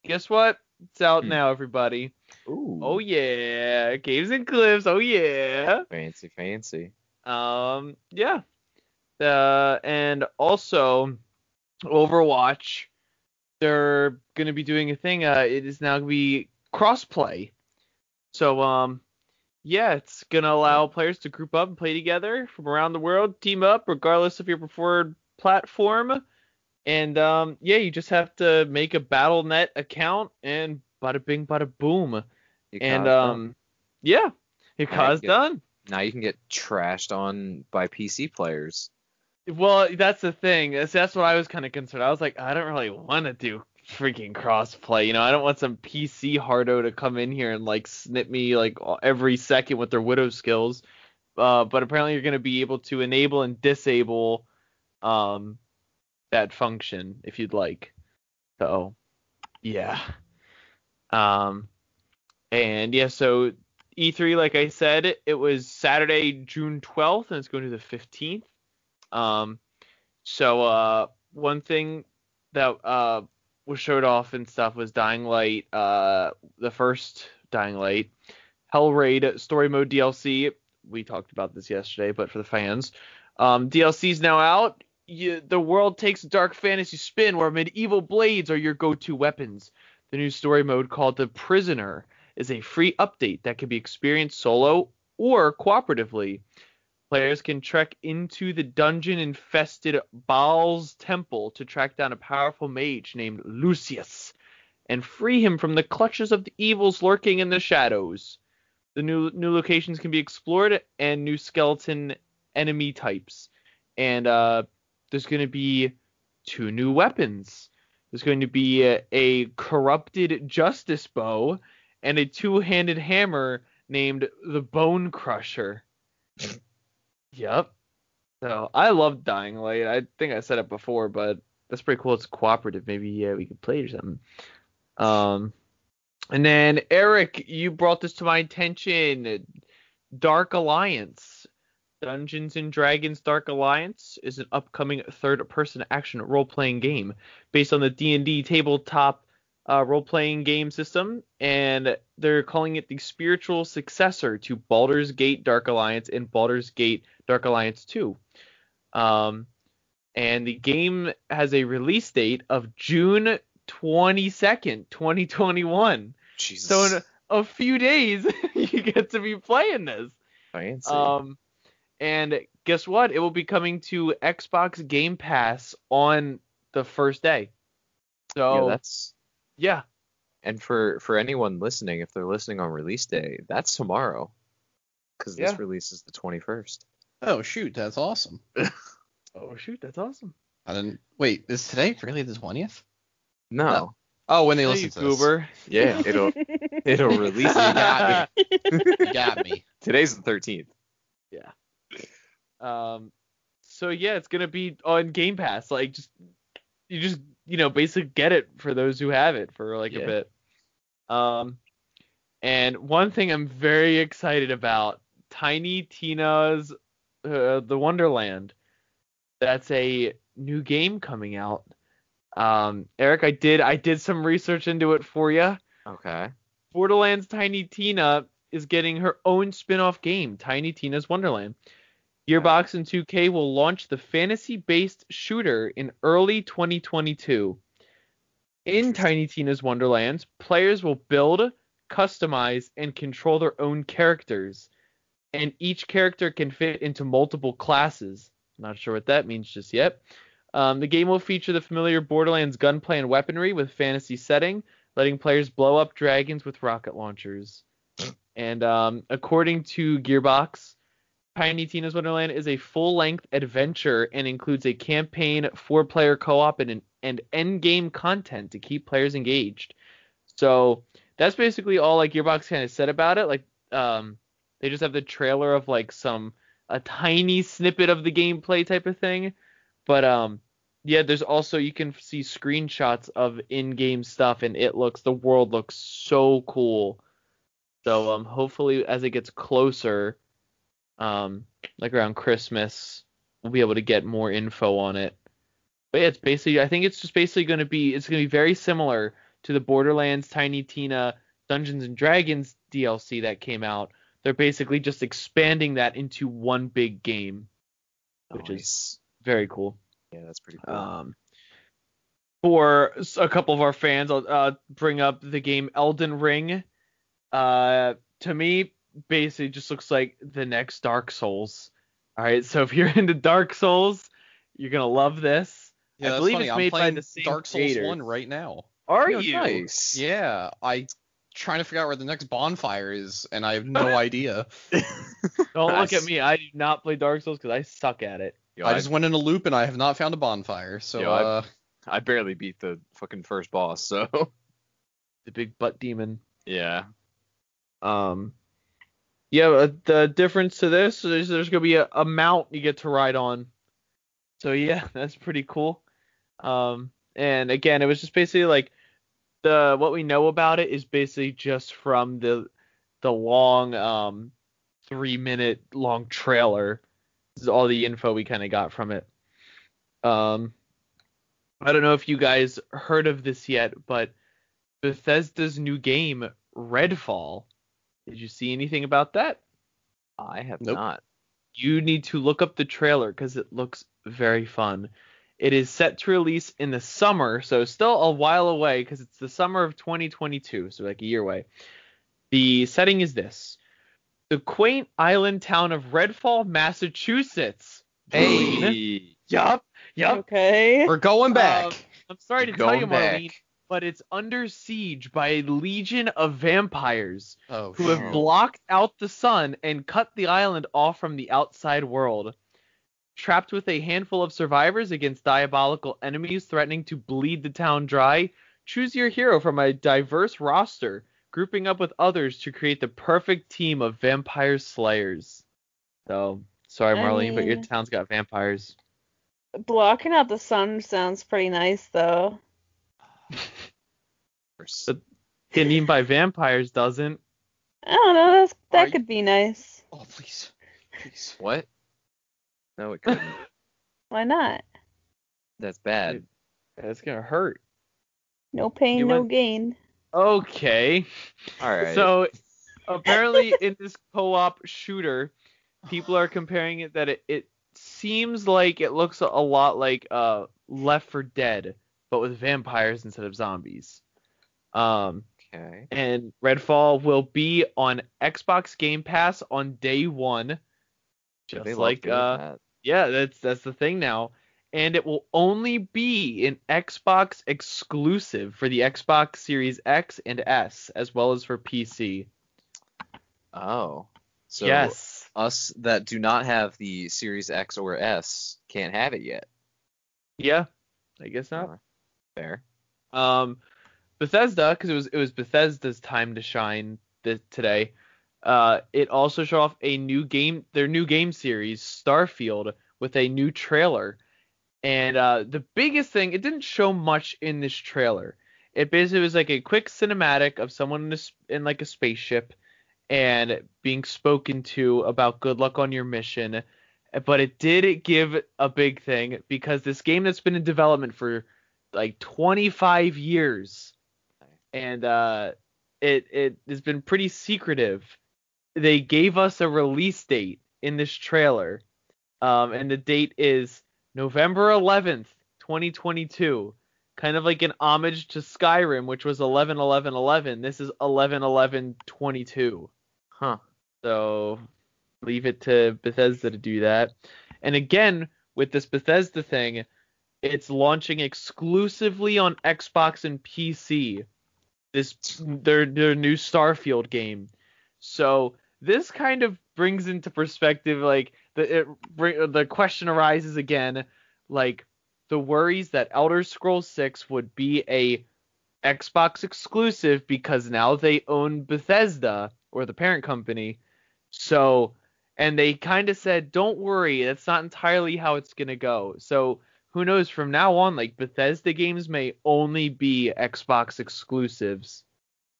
Speaker 2: Guess what? It's out
Speaker 1: Hmm.
Speaker 2: now, everybody.
Speaker 1: Ooh.
Speaker 2: Oh yeah, Caves and Cliffs. Oh yeah.
Speaker 1: fancy fancy
Speaker 2: Um, yeah. Uh, and also, Overwatch, they're gonna be doing a thing. Uh, it is now gonna be crossplay. So, um, yeah, it's gonna allow players to group up and play together from around the world, team up, regardless of your preferred platform. And um, yeah, you just have to make a BattleNet account, and bada bing, bada boom.
Speaker 1: You
Speaker 2: and
Speaker 1: caught up.
Speaker 2: um, yeah, your
Speaker 1: Alright,
Speaker 2: cause
Speaker 1: good.
Speaker 2: done.
Speaker 1: now you can get trashed on by pc players
Speaker 2: Well, that's the thing. That's, that's what I was kind of concerned. I was like, I don't really want to do freaking crossplay. You know, I don't want some PC hardo to come in here and like snip me like a- every second with their widow skills. Uh, but apparently, you're going to be able to enable and disable um, that function if you'd like. So, yeah. Um, and yeah, so E3, like I said, it was Saturday, June 12th, and it's going to the 15th. Um, so uh, one thing that uh was showed off and stuff was Dying Light, uh, the first Dying Light, Hellraid Story Mode DLC. We talked about this yesterday, but for the fans, um, DLC's now out. You, the world takes a dark fantasy spin where medieval blades are your go-to weapons. The new story mode called The Prisoner is a free update that can be experienced solo or cooperatively. Players can trek into the dungeon infested Baal's temple to track down a powerful mage named Lucius and free him from the clutches of the evils lurking in the shadows. The new new locations can be explored and new skeleton enemy types. And uh, there's going to be two new weapons. There's going to be a, a corrupted justice bow and a two-handed hammer named the Bone Crusher. yep. So I love Dying Light. I think I said it before, but that's pretty cool. It's cooperative. Maybe yeah, we could play it or something. Um, and then Eric, you brought this to my attention. Dark Alliance, Dungeons and Dragons Dark Alliance is an upcoming third-person action role-playing game based on the D&D tabletop uh, role-playing game system, and they're calling it the spiritual successor to Baldur's Gate Dark Alliance and Baldur's Gate Dark Alliance 2. Um, and the game has a release date of June 22nd, 2021.
Speaker 1: Jesus.
Speaker 2: So in a, a few days, you get to be playing this.
Speaker 1: fancy.
Speaker 2: Um, and guess what? It will be coming to Xbox Game Pass on the first day.
Speaker 1: yeah,
Speaker 2: So
Speaker 1: that's
Speaker 2: yeah.
Speaker 1: and for for anyone listening, if they're listening on release day, that's tomorrow, because
Speaker 2: Yeah.
Speaker 1: this releases the 21st.
Speaker 4: Oh shoot, that's awesome.
Speaker 2: Oh shoot, that's awesome.
Speaker 4: I didn't wait. Is today really the twentieth?
Speaker 1: No.
Speaker 4: No. Oh, when they
Speaker 2: Hey,
Speaker 4: listen to
Speaker 2: goober.
Speaker 1: Yeah, it'll it'll release
Speaker 4: got this, you got me.
Speaker 1: today's the 13th.
Speaker 2: um, so yeah, it's gonna be on Game Pass. Like just you just you know basically get it for those who have it for like
Speaker 1: Yeah.
Speaker 2: a bit. Um, and one thing I'm very excited about: Tiny Tina's uh, The Wonderland. That's a new game coming out. Um, Eric, I did I did some research into it for you.
Speaker 1: Okay.
Speaker 2: Borderlands Tiny Tina is getting her own spin-off game, Tiny Tina's Wonderland. Gearbox and 2K will launch the fantasy-based shooter in early 2022. In Tiny Tina's Wonderlands, players will build, customize, and control their own characters, and each character can fit into multiple classes. Not sure what that means just yet. Um, the game will feature the familiar Borderlands gunplay and weaponry with fantasy setting letting players blow up dragons with rocket launchers. and um, according to Gearbox, Tiny Tina's Wonderland is a full-length adventure and includes a campaign, four-player co-op, and an, and end-game content to keep players engaged. So that's basically all like Gearbox kind of said about it. Like um, they just have the trailer of like some a tiny snippet of the gameplay type of thing, but um, yeah, there's also you can see screenshots of in-game stuff, and it looks the world looks so cool. So um, hopefully as it gets closer, um, like around Christmas, we'll be able to get more info on it. But yeah, it's basically I think it's just basically going to be it's going to be very similar to the Borderlands Tiny Tina Dungeons and Dragons DLC that came out. They're basically just expanding that into one big game, which is
Speaker 1: Nice.
Speaker 2: very cool.
Speaker 1: yeah, that's pretty cool.
Speaker 2: Um, for s- a couple of our fans, I'll uh, bring up the game Elden Ring. Uh, to me, basically just looks like the next Dark Souls. All right, so if you're into Dark Souls, you're gonna love this.
Speaker 4: Yeah,
Speaker 2: I
Speaker 4: that's
Speaker 2: believe
Speaker 4: funny.
Speaker 2: it's
Speaker 4: I'm
Speaker 2: made by
Speaker 4: playing
Speaker 2: the same
Speaker 4: Dark Souls
Speaker 2: creators.
Speaker 4: One right now.
Speaker 2: Are
Speaker 1: Yeah, Nice.
Speaker 4: Yeah, I trying to figure out where the next bonfire is, and I have no idea.
Speaker 2: Don't look
Speaker 1: Nice.
Speaker 2: at me. I do not play Dark Souls because I suck at it.
Speaker 1: Yo,
Speaker 4: I
Speaker 1: I,
Speaker 4: just went in a loop, and I have not found a bonfire. So
Speaker 1: Yo, I-
Speaker 4: uh,
Speaker 1: I barely beat the fucking first boss, so
Speaker 2: The big butt demon.
Speaker 1: yeah.
Speaker 2: Um, yeah, but the difference to this is there's gonna be a, a mount you get to ride on. So yeah, that's pretty cool. Um, and again, it was just basically like the what we know about it is basically just from the the long um three minute long trailer. This is all the info we kind of got from it. Um, I don't know if you guys heard of this yet, but Bethesda's new game Redfall. Did you see anything about that?
Speaker 1: I have
Speaker 4: Nope.
Speaker 1: not.
Speaker 2: you need to look up the trailer because it looks very fun. It is set to release in the summer, so still a while away because it's the summer of 2022, so like a year away. The setting is this the quaint island town of Redfall, Massachusetts.
Speaker 1: Hey,
Speaker 4: Yup. Yup.
Speaker 3: Okay.
Speaker 4: We're going back.
Speaker 2: Um, I'm sorry to tell
Speaker 4: going
Speaker 2: you, Marlene, but it's under siege by a legion of vampires
Speaker 4: Oh,
Speaker 2: who have
Speaker 4: shoot.
Speaker 2: blocked out the sun and cut the island off from the outside world. Trapped with a handful of survivors against diabolical enemies threatening to bleed the town dry, choose your hero from a diverse roster, grouping up with others to create the perfect team of vampire slayers. So, sorry,
Speaker 3: I
Speaker 2: Marlene, but your
Speaker 3: mean-
Speaker 2: town's got vampires.
Speaker 3: Blocking out the sun sounds pretty nice though.
Speaker 2: But- Getting eaten by vampires doesn't.
Speaker 3: I don't know. That's, that
Speaker 4: Are you-
Speaker 3: could be nice.
Speaker 4: Oh, please. Please.
Speaker 1: what? No, it couldn't.
Speaker 3: Why not?
Speaker 1: That's bad.
Speaker 2: That's gonna hurt.
Speaker 3: No pain,
Speaker 2: You
Speaker 3: no
Speaker 2: want-
Speaker 3: gain.
Speaker 2: Okay.
Speaker 1: All right.
Speaker 2: So apparently in this co-op shooter, people are comparing it that it, it seems like it looks a lot like uh Left for Dead, but with vampires instead of zombies. Um
Speaker 1: okay.
Speaker 2: and Redfall will be on Xbox Game Pass on day one. Just
Speaker 1: They love
Speaker 2: like
Speaker 1: doing
Speaker 2: uh
Speaker 1: that.
Speaker 2: yeah, that's that's the thing now. And it will only be an Xbox exclusive for the Xbox Series X and S, as well as for PC.
Speaker 1: Oh. So
Speaker 2: yes.
Speaker 1: us that do not have the Series X or S can't have it yet.
Speaker 2: Yeah. I guess not.
Speaker 1: Fair.
Speaker 2: Um, Bethesda, because it was it was Bethesda's time to shine th- today. Uh, it also showed off a new game, their new game series, Starfield, with a new trailer. And uh, the biggest thing, it didn't show much in this trailer. It basically was like a quick cinematic of someone in, a, s- in like a spaceship and being spoken to about good luck on your mission. But it did give a big thing because this game that's been in development for like 25 years and uh it it has been pretty secretive they gave us a release date in this trailer um and the date is november 11th 2022 kind of like an homage to skyrim which was 11 11 11 this is 11 11 22
Speaker 1: Huh.
Speaker 2: so leave it to Bethesda to do that. And again, with this Bethesda thing, it's launching exclusively on Xbox and PC. This their their new Starfield game. So this kind of brings into perspective like the it, br- the question arises again like the worries that Elder Scrolls 6 would be a Xbox exclusive because now they own Bethesda or the parent company. So, and they kind of said, don't worry, that's not entirely how it's going to go. So, who knows from now on, like Bethesda games may only be Xbox exclusives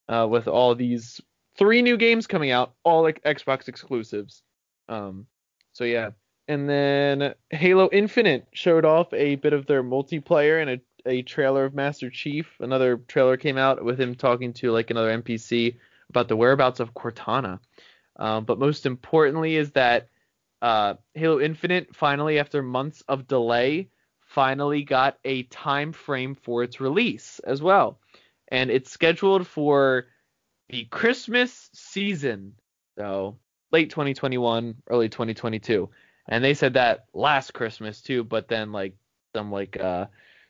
Speaker 2: uh, with all these three new games coming out, all like Xbox exclusives. Um, so, yeah. And then Halo Infinite showed off a bit of their multiplayer and a, a trailer of Master Chief. Another trailer came out with him talking to like another NPC about the whereabouts of Cortana. Um, but most importantly is that uh, Halo Infinite finally, after months of delay, finally got a time frame for its release as well, and it's scheduled for the Christmas season, so late 2021, early 2022. And they said that last Christmas too, but then like some like uh,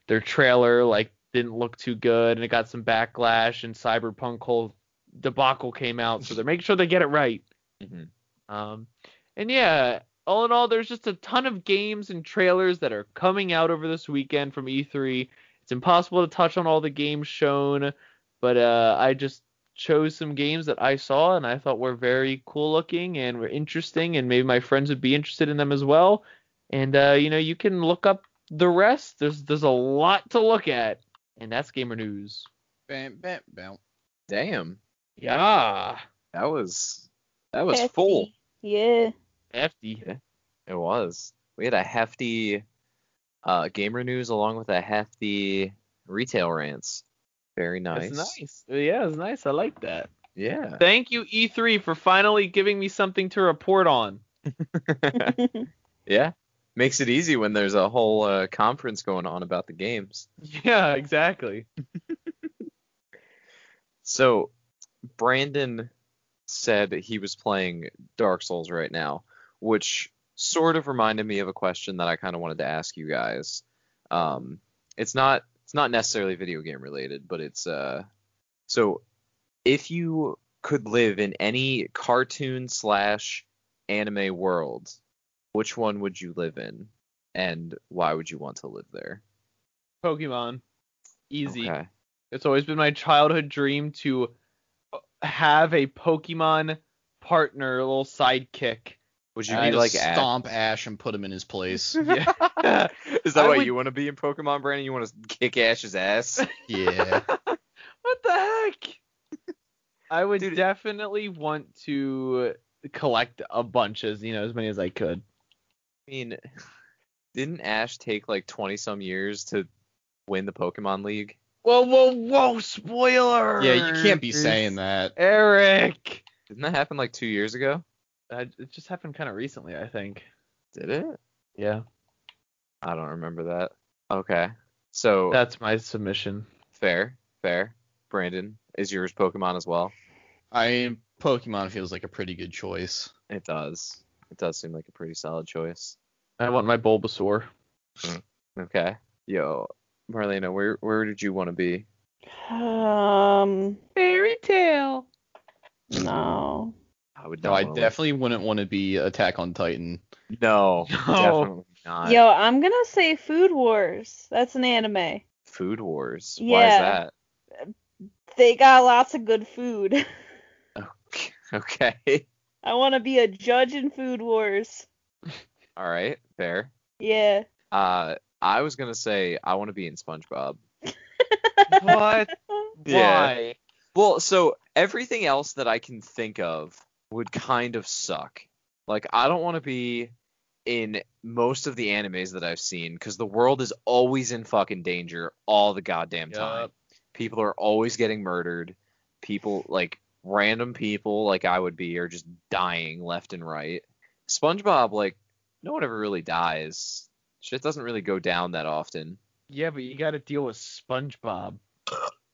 Speaker 2: their trailer like didn't look too good, and it got some backlash, and Cyberpunk whole debacle came out, so they're making sure they get it right.
Speaker 1: Mhm.
Speaker 2: Um, and yeah, all in all, there's just a ton of games and trailers that are coming out over this weekend from E3. It's impossible to touch on all the games shown, but uh, I just chose some games that I saw and I thought were very cool looking and were interesting, and maybe my friends would be interested in them as well. And uh, you know, you can look up the rest, there's there's a lot to look at, and that's gamer news.
Speaker 4: Bam, bam, bam.
Speaker 1: Damn,
Speaker 2: Yeah,
Speaker 1: that was that was full.
Speaker 3: Yeah.
Speaker 2: hefty.
Speaker 1: It was. We had a hefty uh, gamer news along with a hefty retail rants. Very nice.
Speaker 2: It's nice. Yeah, it's nice. I like that.
Speaker 1: Yeah.
Speaker 2: Thank you E3 for finally giving me something to report on.
Speaker 1: Yeah. Makes it easy when there's a whole uh, conference going on about the games.
Speaker 2: Yeah, exactly.
Speaker 1: So, Brandon said he was playing Dark Souls right now, which sort of reminded me of a question that I kind of wanted to ask you guys. Um, it's not it's not necessarily video game related, but it's uh so if you could live in any cartoon slash anime world, which one would you live in, and why would you want to live there?
Speaker 2: Pokemon, easy.
Speaker 1: Okay.
Speaker 2: It's always been my childhood dream to have a Pokemon partner, a little sidekick.
Speaker 1: Would you
Speaker 4: I
Speaker 1: be
Speaker 4: just
Speaker 1: like Ash?
Speaker 4: stomp Ash and put him in his place.
Speaker 2: Yeah.
Speaker 1: Is that
Speaker 2: I
Speaker 1: what
Speaker 2: would-
Speaker 1: you want to be in Pokemon, Brandon? You want to kick Ash's ass?
Speaker 4: yeah.
Speaker 2: what the heck? I would
Speaker 1: Dude.
Speaker 2: definitely want to collect a bunch as you know as many as I could.
Speaker 1: I mean, didn't Ash take like 20 some years to win the Pokemon League?
Speaker 2: Whoa, whoa, whoa! Spoiler.
Speaker 4: Yeah, you can't be saying that.
Speaker 2: Eric.
Speaker 1: Didn't that happen like two years ago?
Speaker 2: Uh, it just happened kind of recently, I think.
Speaker 1: Did it?
Speaker 2: Yeah,
Speaker 1: I don't remember that. Okay. So
Speaker 2: that's my submission.
Speaker 1: fair, fair. Brandon, is yours Pokemon as well?
Speaker 4: I mean, Pokemon feels like a pretty good choice.
Speaker 1: It does. It does seem like a pretty solid choice.
Speaker 2: I want my Bulbasaur.
Speaker 1: Okay. Yo, Marlena, where where did you want to be?
Speaker 3: um.
Speaker 2: Fairy tale.
Speaker 3: No.
Speaker 1: I would
Speaker 4: No, I
Speaker 1: wanna live-
Speaker 4: definitely wouldn't want to be Attack on Titan.
Speaker 1: No,
Speaker 2: No.
Speaker 1: definitely not.
Speaker 3: Yo, I'm gonna say Food Wars. That's an anime.
Speaker 1: Food Wars.
Speaker 3: Yeah.
Speaker 1: Why
Speaker 3: They got lots of good food.
Speaker 1: is that? Okay.
Speaker 3: I want to be a judge in Food Wars.
Speaker 1: All right. Fair.
Speaker 3: Yeah.
Speaker 1: Uh, I was gonna say I want to be in SpongeBob.
Speaker 2: what?
Speaker 1: Yeah.
Speaker 2: Why?
Speaker 1: Well, so everything else that I can think of would kind of suck. Like I don't want to be in most of the animes that I've seen because the world is always in fucking danger all the goddamn time.
Speaker 2: Yup.
Speaker 1: People are always getting murdered. People like random people like I would be are just dying left and right. SpongeBob like no one ever really dies. Shit doesn't really go down that often.
Speaker 2: Yeah, but you got to deal with SpongeBob.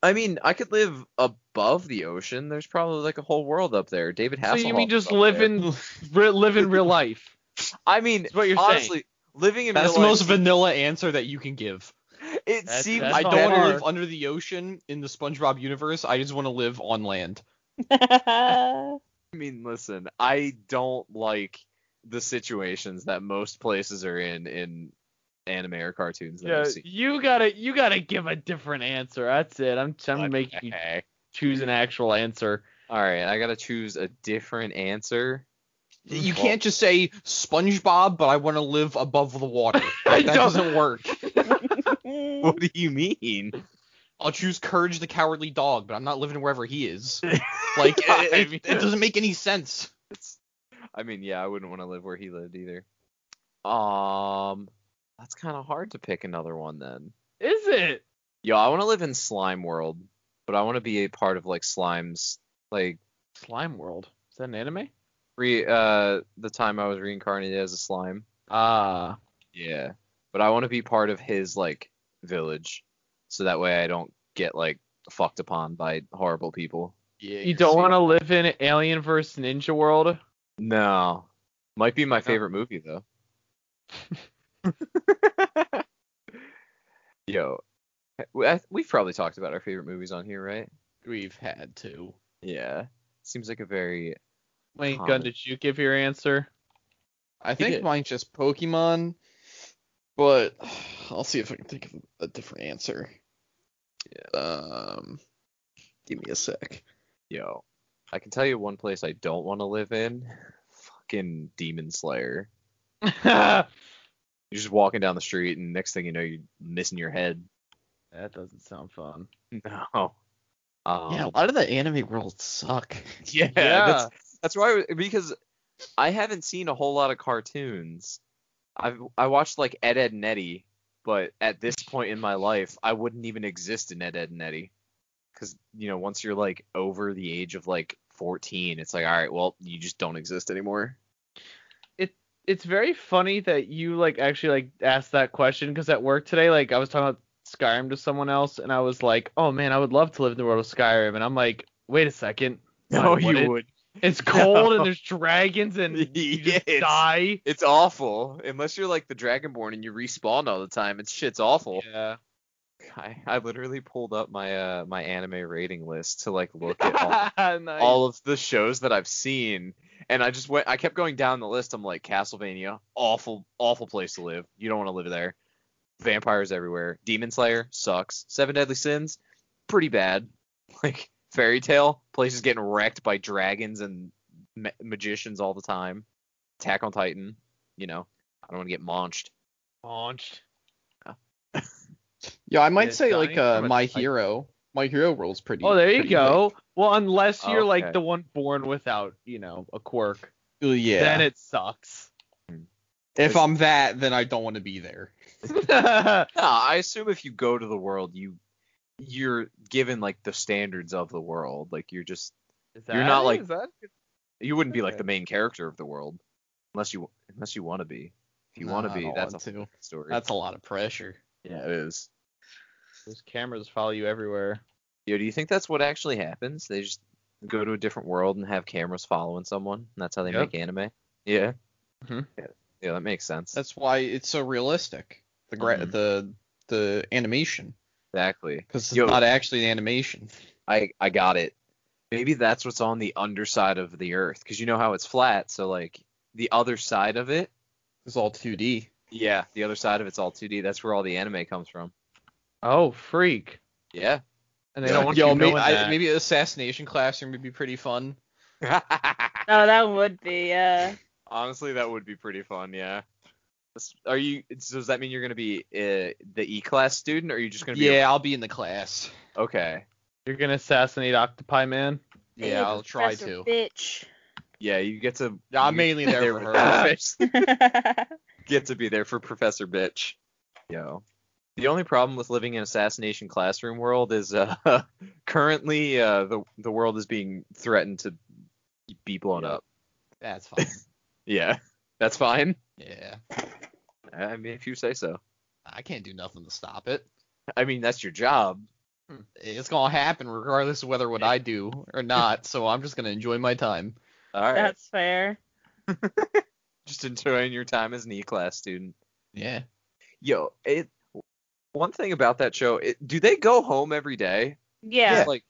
Speaker 1: I mean, I could live above the ocean. There's probably like a whole world up there. David
Speaker 2: So
Speaker 1: Hasselhoff.
Speaker 2: you mean
Speaker 1: is
Speaker 2: just
Speaker 1: up
Speaker 2: live
Speaker 1: there.
Speaker 2: in re- live in real life?
Speaker 1: I mean,
Speaker 2: That's what you're saying.
Speaker 1: honestly, living in
Speaker 4: That's the
Speaker 1: real
Speaker 4: most
Speaker 1: life,
Speaker 4: vanilla answer that you can give.
Speaker 1: it
Speaker 2: That's-
Speaker 1: seems
Speaker 2: that's
Speaker 4: I
Speaker 2: how
Speaker 4: don't want to
Speaker 2: far-
Speaker 4: live under the ocean in the SpongeBob universe. I just want to live on land.
Speaker 1: I mean, listen, I don't like the situations that most places are in in anime or cartoons that
Speaker 2: Yeah,
Speaker 1: I've seen.
Speaker 2: you gotta you gotta give a different answer. That's it. I'm I'm making you
Speaker 1: Okay.
Speaker 2: choose an actual answer.
Speaker 1: All right, I gotta choose a different answer.
Speaker 2: Hmm.
Speaker 4: You
Speaker 1: Well-
Speaker 4: can't just say SpongeBob, but I want to live above the water.
Speaker 2: I
Speaker 4: That
Speaker 2: don't-
Speaker 4: doesn't work.
Speaker 1: What do you mean?
Speaker 4: I'll choose Courage the Cowardly Dog, but I'm not living wherever he is. Like,
Speaker 1: I
Speaker 4: it, it-
Speaker 1: mean-
Speaker 4: it doesn't make any sense.
Speaker 1: I mean, yeah, I wouldn't want to live where he lived either. Um, that's kind of hard to pick another one then.
Speaker 2: Is it?
Speaker 1: Yo, I want to live in Slime World, but I want to be a part of like Slime's like
Speaker 2: Slime World. Is that an anime?
Speaker 1: re uh the time I was reincarnated as a slime.
Speaker 2: Ah.
Speaker 1: Yeah. But I want to be part of his like village, so that way I don't get like fucked upon by horrible people.
Speaker 4: Yeah,
Speaker 2: you don't want to live in Alien vs Ninja World?
Speaker 1: No, might be my favorite movie though. Yo, we- I- we've probably talked about our favorite movies on here, right?
Speaker 4: We've had to.
Speaker 1: Yeah. Seems like a very
Speaker 2: Wayne
Speaker 1: Common.
Speaker 2: Gunn, did you give your answer?
Speaker 4: I
Speaker 1: did.
Speaker 4: think mine's just Pokemon, but I'll see if I can think of a different answer. Um, give me a sec.
Speaker 1: Yo, I can tell you one place I don't want to live in. Fucking Demon Slayer.
Speaker 2: yeah,
Speaker 1: You're just walking down the street, and next thing you know, you're missing your head.
Speaker 2: That doesn't sound fun.
Speaker 1: No. Um,
Speaker 4: yeah, a lot of the anime worlds suck.
Speaker 1: yeah, That's, that's why because I haven't seen a whole lot of cartoons. I've I watched like Ed Ed and Eddie, but at this point in my life, I wouldn't even exist in Ed Ed and Eddie, because you know once you're like over the age of like 14, it's like all right, well you just don't exist anymore.
Speaker 2: it's very funny that you like actually like asked that question because at work today, like I was talking about Skyrim to someone else, and I was like, "Oh man, I would love to live in the world of Skyrim," and I'm like, "Wait a second, No, you
Speaker 1: would.
Speaker 2: it's cold and there's dragons and you just
Speaker 1: Yes.
Speaker 2: die."
Speaker 1: It's awful unless you're like the Dragonborn and you respawn all the time. It's shit's awful.
Speaker 2: Yeah.
Speaker 1: I, I literally pulled up my uh my anime rating list to like look at all
Speaker 2: nice.
Speaker 1: all of the shows that I've seen, and I just went. I kept going down the list. I'm like, Castlevania, awful, awful place to live. You don't want to live there. Vampires everywhere. Demon Slayer sucks. Seven Deadly Sins, pretty bad. Like Fairy Tale, places getting wrecked by dragons and ma- magicians all the time. Attack on Titan, you know, I don't want to get maunched.
Speaker 2: launched.
Speaker 4: Yeah, I might
Speaker 2: Yeah,
Speaker 4: say
Speaker 2: Johnny,
Speaker 4: like
Speaker 2: how
Speaker 4: uh,
Speaker 2: about,
Speaker 4: My
Speaker 2: like-
Speaker 4: Hero. My Hero world's pretty.
Speaker 2: Oh, there you
Speaker 4: pretty
Speaker 2: go. Well, unless you're like
Speaker 1: Okay.
Speaker 2: the one born without, you know, a quirk,
Speaker 4: big. Uh, yeah.
Speaker 2: then it sucks.
Speaker 4: if I'm that, then I don't want to be there.
Speaker 2: yeah,
Speaker 1: No, I assume if you go to the world, you you're given like the standards of the world. Like you're just You're not, like- You wouldn't be like
Speaker 2: Okay.
Speaker 1: the main character of the world, unless you unless you want to be. If you
Speaker 4: Nah,
Speaker 1: want
Speaker 4: I
Speaker 1: to be,
Speaker 4: don't
Speaker 1: that's a
Speaker 4: want to.
Speaker 1: different story.
Speaker 4: That's a lot of pressure.
Speaker 1: yeah, it is.
Speaker 2: those cameras follow you everywhere.
Speaker 1: Yo, do you think that's what actually happens? They just go to a different world and have cameras following someone, and that's how they
Speaker 2: Yep.
Speaker 1: make anime. Yeah.
Speaker 2: Mhm.
Speaker 1: yeah. Yeah, that makes sense.
Speaker 4: Mm-hmm. That's why it's so realistic. The gra-
Speaker 1: Mhm.
Speaker 4: the the animation
Speaker 1: exactly.
Speaker 4: because it's
Speaker 1: Yo.
Speaker 4: not actually an animation.
Speaker 1: I I got it. Maybe that's what's on the underside of the Earth, because you know how it's flat. So like the other side of it.
Speaker 4: It's all 2D.
Speaker 1: Yeah. The other side of it's all 2D. That's where all the anime comes from.
Speaker 2: Oh, freak.
Speaker 1: Yeah.
Speaker 2: And they don't want
Speaker 4: Yo,
Speaker 2: you
Speaker 4: may-
Speaker 2: knowing
Speaker 4: I-
Speaker 2: that.
Speaker 4: maybe assassination classroom would be pretty fun.
Speaker 3: No, that would be. uh, Yeah.
Speaker 1: Honestly, that would be pretty fun. Yeah. That's- Are you? so Does that mean you're gonna be uh, the E class student, or are you just gonna be?
Speaker 4: Yeah, I'll be in the class.
Speaker 1: Okay.
Speaker 2: You're gonna assassinate Octopi Man.
Speaker 4: Yeah, I'll try to.
Speaker 3: Bitch.
Speaker 1: Yeah, you get to.
Speaker 4: Yeah, I'm
Speaker 1: you
Speaker 4: mainly there for her.
Speaker 1: Professor- get to be there for Professor Bitch. Yo. The only problem with living in assassination classroom world is uh, currently uh, the the world is being threatened to be blown up.
Speaker 4: That's fine.
Speaker 1: Yeah, that's fine.
Speaker 4: Yeah,
Speaker 1: I mean, if you say so.
Speaker 4: I can't do nothing to stop it.
Speaker 1: I mean, that's your job.
Speaker 4: It's gonna happen regardless of whether what I do or not. So I'm just gonna enjoy my time.
Speaker 1: All right.
Speaker 3: That's fair.
Speaker 1: Just enjoying your time as an E class student.
Speaker 4: Yeah.
Speaker 1: yo it one thing about that show it, do they go home every day
Speaker 3: Yeah.
Speaker 1: like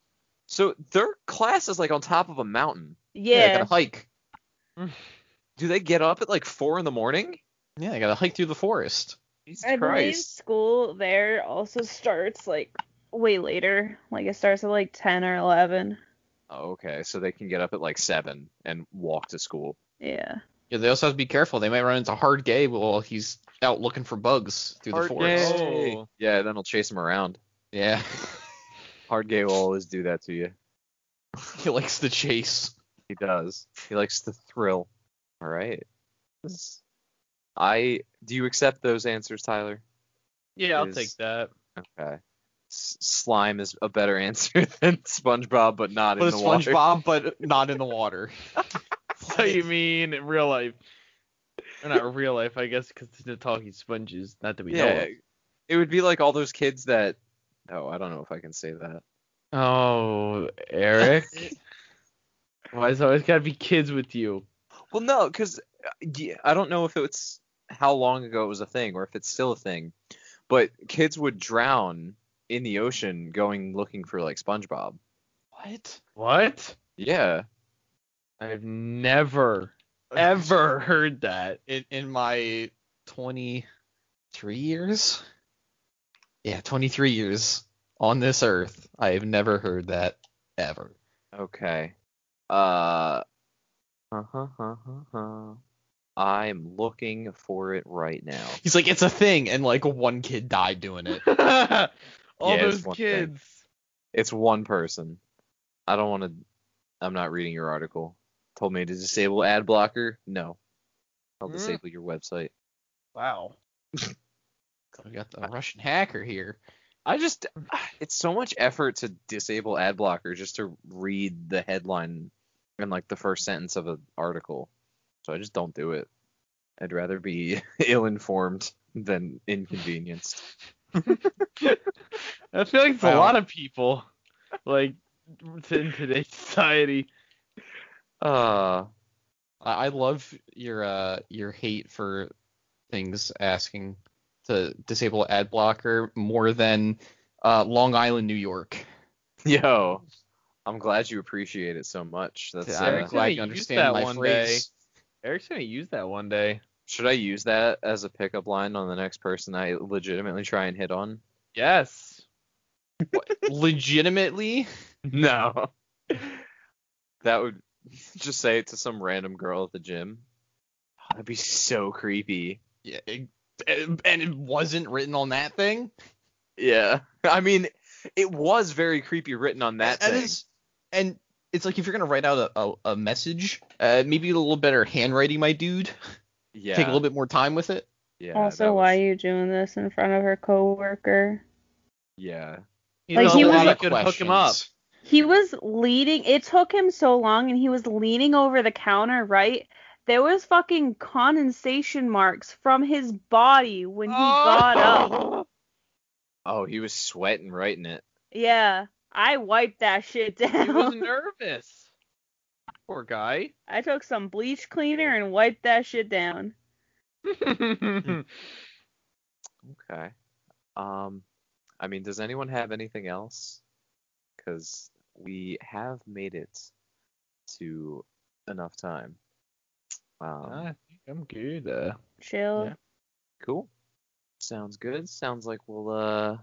Speaker 1: so their class is like on top of a mountain
Speaker 4: I
Speaker 3: Yeah.
Speaker 4: gotta hike.
Speaker 1: do they get up at like four in the morning
Speaker 4: Yeah, I gotta hike through the forest.
Speaker 1: jesus
Speaker 3: I believe
Speaker 1: christ
Speaker 3: school there also starts like way later. Like it starts at like ten or eleven.
Speaker 1: oh, okay so they can get up at like seven and walk to school
Speaker 3: Yeah.
Speaker 4: Yeah, they also have to be careful. They might run into Hard Gay while he's out looking for bugs through
Speaker 2: Hard
Speaker 4: the forest.
Speaker 2: Gay. Oh.
Speaker 1: yeah then i'll chase them around
Speaker 4: Yeah,
Speaker 1: hard gay will always do that to you
Speaker 4: he likes the chase.
Speaker 1: he does he likes the thrill all right This- i do you accept those answers tyler
Speaker 2: Yeah, I'll
Speaker 1: Is-
Speaker 2: take that.
Speaker 1: Okay. S- slime is a better answer than SpongeBob, but not
Speaker 4: But
Speaker 1: in
Speaker 4: it's
Speaker 1: the water.
Speaker 4: SpongeBob, but not in the water.
Speaker 2: So you mean in real life? Or not real life, I guess, because the talking sponges. Not that we know.
Speaker 1: Yeah.
Speaker 2: Of.
Speaker 1: It would be like all those kids that. Oh, I don't know if I can say that.
Speaker 2: Oh, Eric. Why is it always gotta be kids with you?
Speaker 1: Well, no, because I don't know if it's how long ago it was a thing or if it's still a thing, but kids would drown in the ocean going looking for like SpongeBob.
Speaker 4: What?
Speaker 2: What?
Speaker 1: Yeah.
Speaker 2: I've never ever heard that.
Speaker 4: in, in my 23 years yeah 23 years on this earth i have never heard that ever
Speaker 1: Okay. Uh. Uh huh. Uh huh. I'm looking for it right now.
Speaker 4: He's like, it's a thing, and like one kid died doing it.
Speaker 2: All
Speaker 1: Yeah, it's
Speaker 2: those
Speaker 1: one thing.
Speaker 2: kids.
Speaker 1: It's one person. I don't want to. I'm not reading your article. Told me to disable ad blocker. No. I'll
Speaker 2: Mm.
Speaker 1: disable your website.
Speaker 2: Wow.
Speaker 4: We got the Russian hacker here.
Speaker 1: I just. It's so much effort to disable ad blocker just to read the headline and like the first sentence of an article. So I just don't do it. I'd rather be ill informed than inconvenienced.
Speaker 2: I feel like it's a
Speaker 4: Wow.
Speaker 2: lot of people, like t- in today's society.
Speaker 1: Uh,
Speaker 4: I, I love your uh your hate for things asking to disable ad blocker more than uh, Long Island, New York.
Speaker 1: yo. I'm glad you appreciate it so much. That's
Speaker 4: I'm
Speaker 1: uh,
Speaker 2: Eric's gonna
Speaker 4: glad
Speaker 2: use
Speaker 4: you
Speaker 2: that
Speaker 4: understand my
Speaker 2: one
Speaker 4: phrase.
Speaker 2: Eric's gonna use that one day.
Speaker 1: Should I use that as a pickup line on the next person I legitimately try and hit on?
Speaker 2: Yes.
Speaker 4: Legitimately,
Speaker 1: No. that would just say it to some random girl at the gym. That'd be so creepy.
Speaker 4: yeah, it- and it wasn't written on that thing.
Speaker 1: Yeah. I mean, it was very creepy written on that
Speaker 4: and
Speaker 1: thing.
Speaker 4: It's, and it's like if you're gonna write out a, a, a message, uh, maybe a little better handwriting, my dude.
Speaker 1: yeah.
Speaker 4: Take a little bit more time with it.
Speaker 1: Yeah. that
Speaker 3: also,
Speaker 1: was-
Speaker 3: why are you doing this in front of her coworker?
Speaker 1: Yeah.
Speaker 2: You
Speaker 3: Like,
Speaker 2: know,
Speaker 3: he was-
Speaker 2: you
Speaker 4: Lot
Speaker 2: could
Speaker 4: of
Speaker 2: hook him up.
Speaker 4: questions.
Speaker 3: He was leaning. It took him so long, and he was leaning over the counter, right? There was fucking condensation marks from his body when he got up.
Speaker 2: Oh,
Speaker 1: Oh, he was sweating writing it.
Speaker 3: Yeah, I wiped that shit
Speaker 2: He was
Speaker 3: down.
Speaker 2: nervous. Poor guy.
Speaker 3: I took some bleach cleaner and wiped that shit down.
Speaker 2: Ah,
Speaker 1: Okay. Um, I mean, does anyone have anything else? Because we have made it to enough time. Um,
Speaker 2: I think I'm good. Uh,
Speaker 3: Chill.
Speaker 4: Yeah.
Speaker 1: Cool. Sounds good. Sounds like we'll uh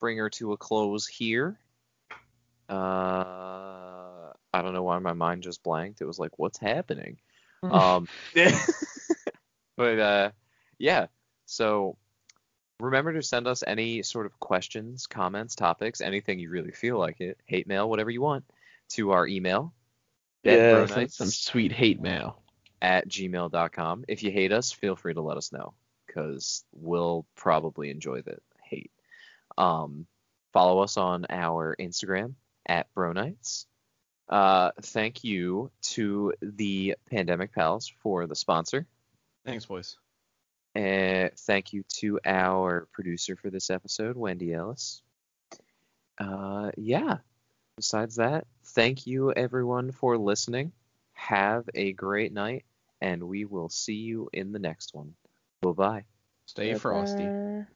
Speaker 1: bring her to a close here. Uh, I don't know why my mind just blanked. It was like, what's happening? um, but uh, yeah. So remember to send us any sort of questions, comments, topics, anything you really feel like it, hate mail, whatever you want, to our email.
Speaker 2: yeah,
Speaker 1: bedbronites
Speaker 2: send some sweet hate mail.
Speaker 1: at gmail.com. If you hate us, feel free to let us know because we'll probably enjoy the hate. Um, follow us on our Instagram at Bronites. Uh, thank you to the Pandemic Pals for the sponsor.
Speaker 4: Thanks, boys.
Speaker 1: And thank you to our producer for this episode, Wendy Ellis. Uh, yeah. Besides that, thank you everyone for listening. Have a great night, and we will see you in the next one. Bye bye.
Speaker 4: Stay frosty.
Speaker 3: Uh,